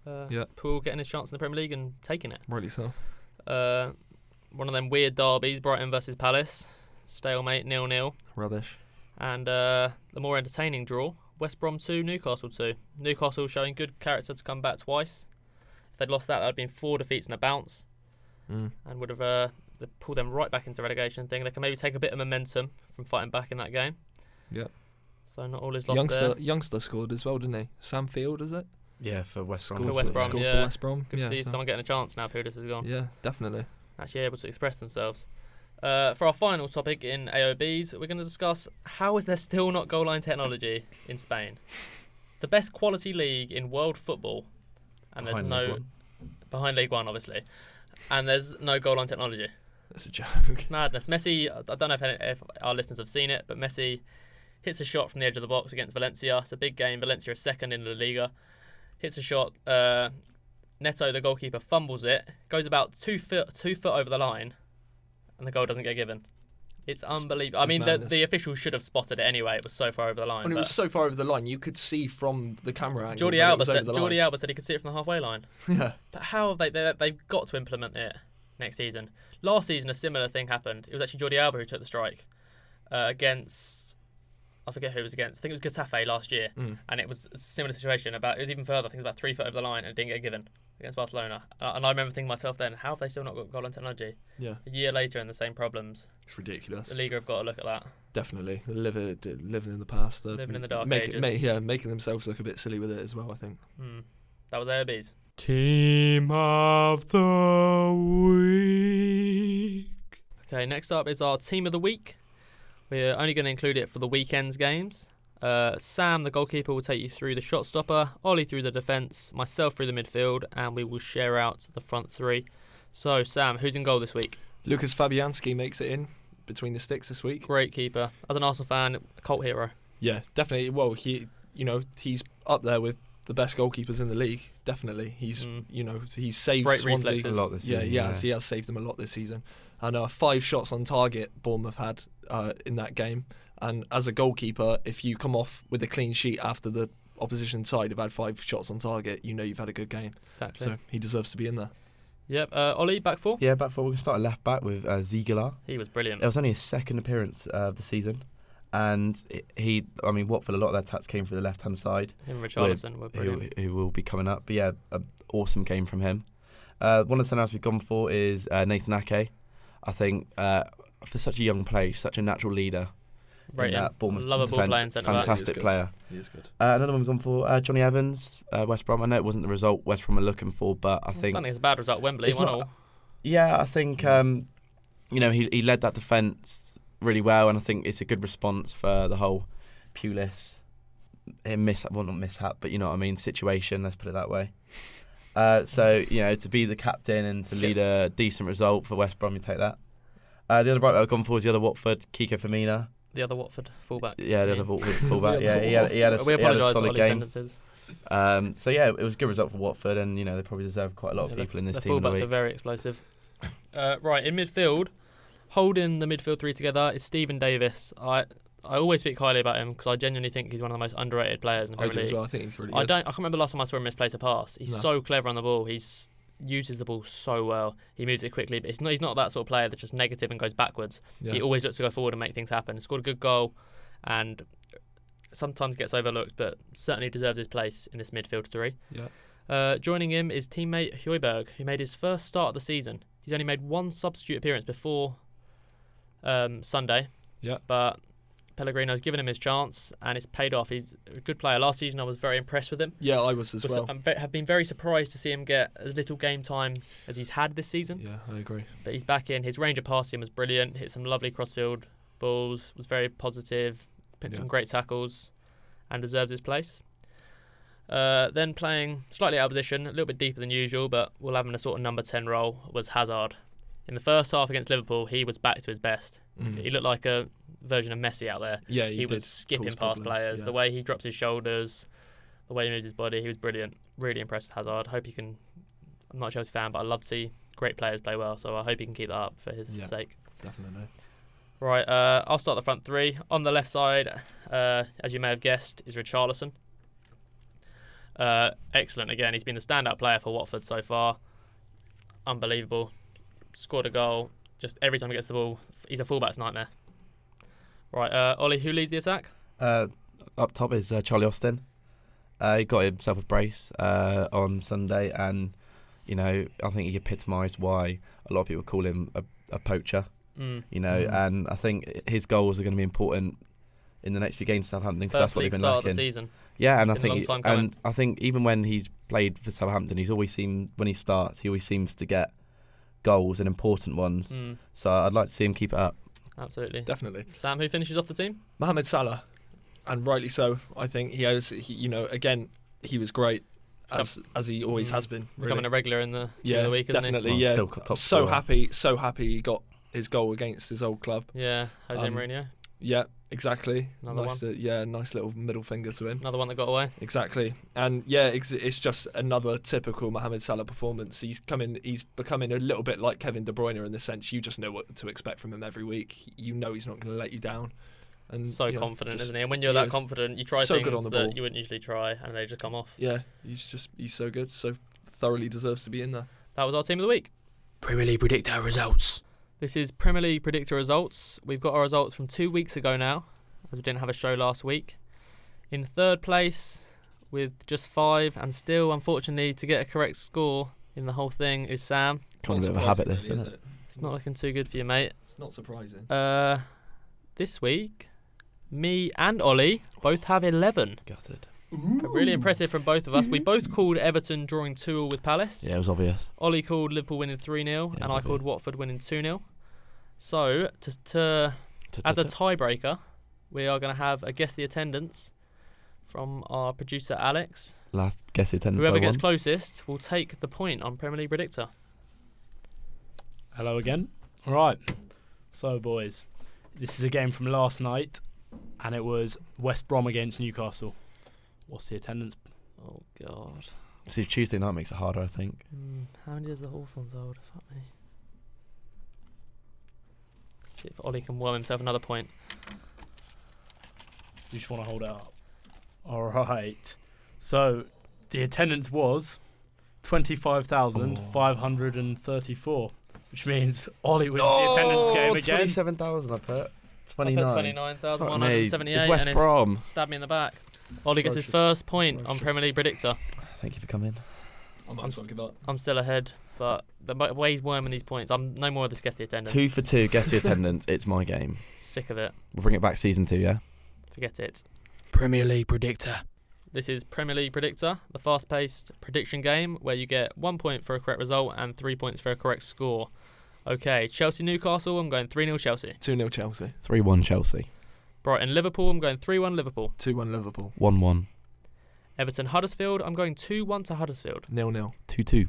Speaker 1: Uh,
Speaker 2: Yeah.
Speaker 1: Poole getting his chance in the Premier League and taking it.
Speaker 2: really so.
Speaker 1: Uh, one of them weird derbies, Brighton versus Palace, stalemate, nil nil,
Speaker 2: Rubbish.
Speaker 1: and uh, the more entertaining draw, West Brom two, Newcastle two. Newcastle showing good character to come back twice. If they'd lost that, that'd been four defeats and a bounce,
Speaker 2: Mm.
Speaker 1: and would have uh, they pulled them right back into relegation thing. They can maybe take a bit of momentum from fighting back in that game.
Speaker 2: Yeah.
Speaker 1: So not all is lost
Speaker 2: Youngster
Speaker 1: there.
Speaker 2: youngster scored as well, didn't he? Sam Field, is it?
Speaker 3: Yeah, for West Brom.
Speaker 1: For West Brom,
Speaker 2: scored
Speaker 1: yeah.
Speaker 2: for West Brom.
Speaker 1: Good
Speaker 2: yeah,
Speaker 1: to see
Speaker 2: so-
Speaker 1: someone getting a chance now. Pulis has gone.
Speaker 2: yeah, definitely.
Speaker 1: actually able to express themselves. Uh, for our final topic in AOBs, we're going to discuss how is there still not goal line technology in Spain, the best quality league in world football, and
Speaker 3: Behind
Speaker 1: there's
Speaker 3: League
Speaker 1: no
Speaker 3: One.
Speaker 1: behind League One, obviously, and there's no goal line technology.
Speaker 2: That's a joke.
Speaker 1: It's madness. Messi, I don't know if, any, if our listeners have seen it, but Messi hits a shot from the edge of the box against Valencia. It's a big game. Valencia is second in La Liga. Hits a shot. Uh, Neto, the goalkeeper, fumbles it. Goes about two foot, two foot over the line, and the goal doesn't get given. It's unbelievable. I
Speaker 2: it's
Speaker 1: mean, the,
Speaker 2: madness.
Speaker 1: the officials should have spotted it anyway. It was so far over the line.
Speaker 2: And it was
Speaker 1: but
Speaker 2: so far over the line, you could see from the camera angle.
Speaker 1: Jordi
Speaker 2: that it
Speaker 1: Alba
Speaker 2: was
Speaker 1: said
Speaker 2: over the
Speaker 1: Jordi
Speaker 2: line.
Speaker 1: Alba said he could see it from the halfway line.
Speaker 2: Yeah.
Speaker 1: But how have they, they they've got to implement it next season? Last season, a similar thing happened. It was actually Jordi Alba who took the strike uh, against. I forget who it was against. I think it was Getafe last year,
Speaker 2: Mm.
Speaker 1: and it was a similar situation. About it was even further. I think it was about three foot over the line, and it didn't get given against Barcelona. Uh, and I remember thinking to myself then, how have they still not got goal line technology?
Speaker 2: Yeah.
Speaker 1: A year later, and the same problems.
Speaker 2: It's ridiculous.
Speaker 1: The Liga have got to look at that.
Speaker 2: Definitely. They're livid- they're living in the past. they're
Speaker 1: Living in the dark
Speaker 2: make-
Speaker 1: ages.
Speaker 2: make- yeah, making themselves look a bit silly with it as well, I think.
Speaker 1: Hmm. That was AOBs.
Speaker 4: Team of the week.
Speaker 1: Okay, next up is our team of the week. We're only going to include it for the weekend's games. Uh, Sam, the goalkeeper, will take you through the shot stopper, Ollie through the defence, myself through the midfield, and we will share out the front three. So, Sam, who's in goal this week?
Speaker 2: Lucas Fabianski makes it in. between the sticks this week.
Speaker 1: Great keeper. As an Arsenal fan, a cult hero.
Speaker 2: Yeah, definitely. Well, he, you know, he's up there with the best goalkeepers in the league. Definitely, he's,
Speaker 1: Mm.
Speaker 2: you know, he's saved
Speaker 1: Great
Speaker 2: Swansea
Speaker 1: reflexes.
Speaker 3: a lot this
Speaker 2: yeah,
Speaker 3: year.
Speaker 2: he has. He has saved them a lot this season. And uh, five shots on target Bournemouth had uh, in that game. And as a goalkeeper, if you come off with a clean sheet after the opposition side have had five shots on target, you know you've had a good game.
Speaker 1: Exactly.
Speaker 2: So he deserves to be in there.
Speaker 1: Yep. Uh, Ollie, back four.
Speaker 3: Yeah, back four. We can start at left back with uh, Ziegler.
Speaker 1: He was brilliant.
Speaker 3: It was only his second appearance uh, of the season, and he, I mean, Watford. A lot of their tats came through the left hand side.
Speaker 1: Him and Richarlison were
Speaker 3: who,
Speaker 1: brilliant.
Speaker 3: who will be coming up. But yeah, an awesome game from him. Uh, one of the centre-halves we've gone for is uh, Nathan Ake. I think uh, for such a young player, he's such a natural leader
Speaker 1: Right.
Speaker 3: in that Bournemouth
Speaker 1: Lovable
Speaker 3: defence.
Speaker 1: playing centre back.
Speaker 2: Fantas- He is
Speaker 3: Fantastic
Speaker 2: good.
Speaker 3: player.
Speaker 2: He is good.
Speaker 3: Uh, another one we've gone for uh, Johnny Evans, uh, West Brom. I know it wasn't the result West Brom were looking for, but I think
Speaker 1: don't think it's a bad result. Wembley.
Speaker 3: It's
Speaker 1: One
Speaker 3: not-
Speaker 1: all.
Speaker 3: yeah, I think um, you know he he led that defence really well, and I think it's a good response for the whole Pulis eh, mishap, well not mishap, but you know what I mean situation. Let's put it that way. Uh, so you know to be the captain and to lead a decent result for West Brom, you take that. Uh, the other right back I've gone for is the other Watford, Kiko Firmina.
Speaker 1: The other Watford fullback.
Speaker 3: Yeah, the other Watford fullback.
Speaker 2: other
Speaker 3: yeah, he had, he had a,
Speaker 1: we
Speaker 3: he had
Speaker 1: apologise
Speaker 3: a
Speaker 1: for
Speaker 3: solid
Speaker 1: Ollie's
Speaker 3: game.
Speaker 1: sentences.
Speaker 3: Um, so yeah, it was a good result for Watford, and you know they probably deserve quite a lot of
Speaker 1: Yeah, the-
Speaker 3: people in this
Speaker 1: the
Speaker 3: team. of the
Speaker 1: fullbacks
Speaker 3: week.
Speaker 1: are very explosive. Uh, right in midfield, holding the midfield three together is Stephen Davis. I I always speak highly about him because I genuinely think he's one of the most underrated players in the
Speaker 2: I
Speaker 1: Premier
Speaker 2: do as
Speaker 1: League.
Speaker 2: well. I think he's really good.
Speaker 1: I don't. I can't remember the last time I saw him misplace a pass. He's
Speaker 2: No.
Speaker 1: so clever on the ball. He's uses the ball so well. He moves it quickly, but it's not, he's not that sort of player that's just negative and goes backwards.
Speaker 2: Yeah.
Speaker 1: He always looks to go forward and make things happen. He scored a good goal, and sometimes gets overlooked, but certainly deserves his place in this midfield three.
Speaker 2: Yeah.
Speaker 1: Uh, joining him is teammate Huyberg, who made his first start of the season. He's only made one substitute appearance before um, Sunday.
Speaker 2: Yeah.
Speaker 1: But Pellegrino's given him his chance, and it's paid off. He's a good player. Last season, I was very impressed with him.
Speaker 2: Yeah, I was as
Speaker 1: Was-
Speaker 2: well.
Speaker 1: I'm ve- have been very surprised to see him get as little game time as he's had this season.
Speaker 2: Yeah, I agree.
Speaker 1: But he's back in. His range of passing was brilliant. Hit some lovely crossfield balls. Was very positive. Picked
Speaker 2: Yeah.
Speaker 1: some great tackles, and deserves his place. Uh, then playing slightly out of position, a little bit deeper than usual, but we'll have him in a sort of number ten role. Was Hazard. In the first half against Liverpool, he was back to his best.
Speaker 2: Mm.
Speaker 1: He looked like a version of Messi out there.
Speaker 2: yeah,
Speaker 1: He,
Speaker 2: he, did
Speaker 1: was skipping
Speaker 2: cause
Speaker 1: past
Speaker 2: problems,
Speaker 1: players.
Speaker 2: yeah.
Speaker 1: The way he drops his shoulders, the way he moves his body, he was brilliant. Really impressed with Hazard. Hope he can. I'm not a Chelsea fan, but I love to see great players play well. So I hope he can keep that up for his
Speaker 2: Yeah.
Speaker 1: sake.
Speaker 2: Definitely.
Speaker 1: Right, uh, I'll start the front three. On the left side, uh, as you may have guessed, is Richarlison. Uh, excellent again. He's been the standout player for Watford so far. Unbelievable. Scored a goal. Just every time he gets the ball, f- he's a fullback's nightmare. Right, uh, Ollie, who leads the attack?
Speaker 3: Uh, up top is uh, Charlie Austin. Uh, he got himself a brace uh, on Sunday, and you know I think he epitomised why a lot of people call him a, a poacher.
Speaker 1: Mm.
Speaker 3: You know,
Speaker 2: Mm.
Speaker 3: and I think his goals are going to be important in the next few games for Southampton because
Speaker 1: First
Speaker 3: that's what they've
Speaker 1: league
Speaker 3: been
Speaker 1: start of the
Speaker 3: lacking.
Speaker 1: season.
Speaker 3: Yeah, and I
Speaker 1: It's been a
Speaker 3: think
Speaker 1: long time coming.
Speaker 3: and I think even when he's played for Southampton, he's always seemed when he starts, he always seems to get goals and important ones.
Speaker 1: Mm,
Speaker 3: So I'd like to see him keep it up.
Speaker 1: absolutely.
Speaker 2: Definitely.
Speaker 1: Sam, who finishes off the team?
Speaker 2: Mohamed Salah, and rightly so. I think he has, he, you know, again, he was great as as he always
Speaker 1: Mm.
Speaker 2: has been. Really.
Speaker 1: Becoming a regular in the team
Speaker 2: yeah,
Speaker 1: of the week, isn't
Speaker 2: definitely.
Speaker 3: Well,
Speaker 2: yeah,
Speaker 3: still co- top
Speaker 2: so
Speaker 3: scorer.
Speaker 2: happy, so happy he got his goal against his old club.
Speaker 1: he? Yeah, Jose
Speaker 2: Um,
Speaker 1: Mourinho.
Speaker 2: Yeah, exactly.
Speaker 1: Another
Speaker 2: nice, To, yeah, nice little middle finger to him.
Speaker 1: Another one that got away.
Speaker 2: Exactly, and yeah, it's, it's just another typical Mohamed Salah performance. He's coming, he's becoming a little bit like Kevin De Bruyne in the sense you just know what to expect from him every week. You know he's not going to let you down. And
Speaker 1: So
Speaker 2: you know,
Speaker 1: confident,
Speaker 2: just-
Speaker 1: isn't he? And when you're
Speaker 2: he
Speaker 1: that
Speaker 2: is
Speaker 1: confident, you try
Speaker 2: so
Speaker 1: things
Speaker 2: good on the
Speaker 1: that
Speaker 2: ball.
Speaker 1: you wouldn't usually try, and they just come off.
Speaker 2: Yeah, he's just he's so good, so thoroughly deserves to be in there.
Speaker 1: That was our team of the week.
Speaker 2: Premier League predictor results.
Speaker 1: This is Premier League Predictor results. We've got our results from two weeks ago now, as we didn't have a show last week. In third place, with just five, and still, unfortunately, to get a correct score in the whole thing is Sam.
Speaker 3: Kind of a bit of a habit, this, isn't it?
Speaker 1: It's not looking too good for you, mate.
Speaker 2: It's not surprising.
Speaker 1: Uh, this week, me and Ollie both have 11.
Speaker 3: Gutted.
Speaker 1: Really impressive from both of us. We both called Everton drawing 2 all with Palace.
Speaker 3: Yeah, it was obvious.
Speaker 1: Ollie called Liverpool winning 3 0,
Speaker 3: Yeah,
Speaker 1: and
Speaker 3: it
Speaker 1: I
Speaker 3: was
Speaker 1: called
Speaker 3: obvious.
Speaker 1: Watford winning 2 0. So, to, to, as a tiebreaker, we are going to have a guess the attendance from our producer Alex.
Speaker 3: Last guess who attendance
Speaker 1: Whoever
Speaker 3: I
Speaker 1: gets
Speaker 3: won.
Speaker 1: closest will take the point on Premier League Predictor.
Speaker 4: Hello again. All right. So, boys, This is a game from last night, and it was West Brom against Newcastle. What's the attendance?
Speaker 1: Oh God.
Speaker 3: See, Tuesday night makes it harder, I think.
Speaker 1: Mm, how many does the Hawthorns hold? Fuck me. Shit, if Ollie can worm himself another point.
Speaker 4: You just want to hold it up. All right. So the attendance was twenty-five thousand five hundred and thirty-four, which means Ollie wins the attendance game again.
Speaker 3: 27,000 Oh, I put.
Speaker 1: I
Speaker 3: 29.
Speaker 1: put
Speaker 3: Fuck me. It's
Speaker 1: 29,178
Speaker 3: West
Speaker 1: and it's
Speaker 3: Brom.
Speaker 1: stabbed me in the back. Ollie gets his
Speaker 2: Atrocious.
Speaker 1: first point on
Speaker 2: Atrocious.
Speaker 1: Premier League Predictor.
Speaker 3: Thank you for coming.
Speaker 2: I might
Speaker 1: I'm
Speaker 2: as well give up.
Speaker 1: I'm still ahead, but the mo- way he's worming these points, I'm no more of this guess the attendance.
Speaker 3: Two for two. Guess the attendance. It's my game.
Speaker 1: Sick of it.
Speaker 3: We'll bring it back season two, yeah?
Speaker 1: Forget it.
Speaker 4: Premier League predictor.
Speaker 1: This is Premier League Predictor, the fast paced prediction game where you get one point for a correct result and three points for a correct score. Okay, Chelsea Newcastle, I'm going 3 0 Chelsea.
Speaker 2: 2 0 Chelsea,
Speaker 3: 3 1 Chelsea.
Speaker 1: Brighton Liverpool, I'm going 3 1 Liverpool.
Speaker 2: 2 1 Liverpool,
Speaker 3: 1 1.
Speaker 1: Everton Huddersfield, I'm going 2 1 to Huddersfield.
Speaker 2: 0 0,
Speaker 3: 2 2.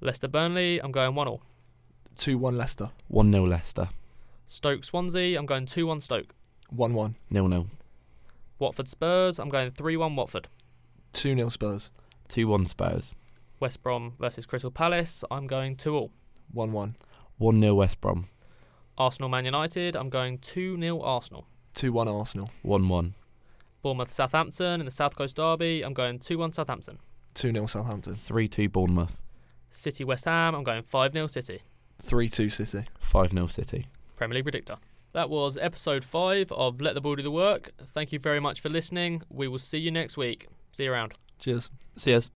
Speaker 1: Leicester Burnley, I'm going 1 0.
Speaker 2: 2 1 Leicester,
Speaker 3: 1 0 Leicester.
Speaker 1: Stoke Swansea, I'm going 2 1 Stoke.
Speaker 2: 1 1,
Speaker 3: 0 0.
Speaker 1: Watford Spurs, I'm going 3 1 Watford.
Speaker 2: 2 0 Spurs,
Speaker 3: 2 1 Spurs.
Speaker 1: West Brom versus Crystal Palace, I'm going 2 all.
Speaker 2: 1 1,
Speaker 3: 1 0 West Brom.
Speaker 1: Arsenal Man United, I'm going 2 0 Arsenal.
Speaker 2: 2 1 Arsenal,
Speaker 3: 1 1.
Speaker 1: Bournemouth Southampton in the South Coast Derby, I'm going 2 1 Southampton.
Speaker 2: 2 0 Southampton,
Speaker 3: 3 2 Bournemouth.
Speaker 1: City West Ham, I'm going 5 0 City.
Speaker 2: 3 2 City.
Speaker 3: 5 0 City.
Speaker 1: Premier League Predictor. That was episode 5 of Let the Ball Do the Work. Thank you very much for listening. We will see you next week. See you around.
Speaker 2: Cheers.
Speaker 3: See us.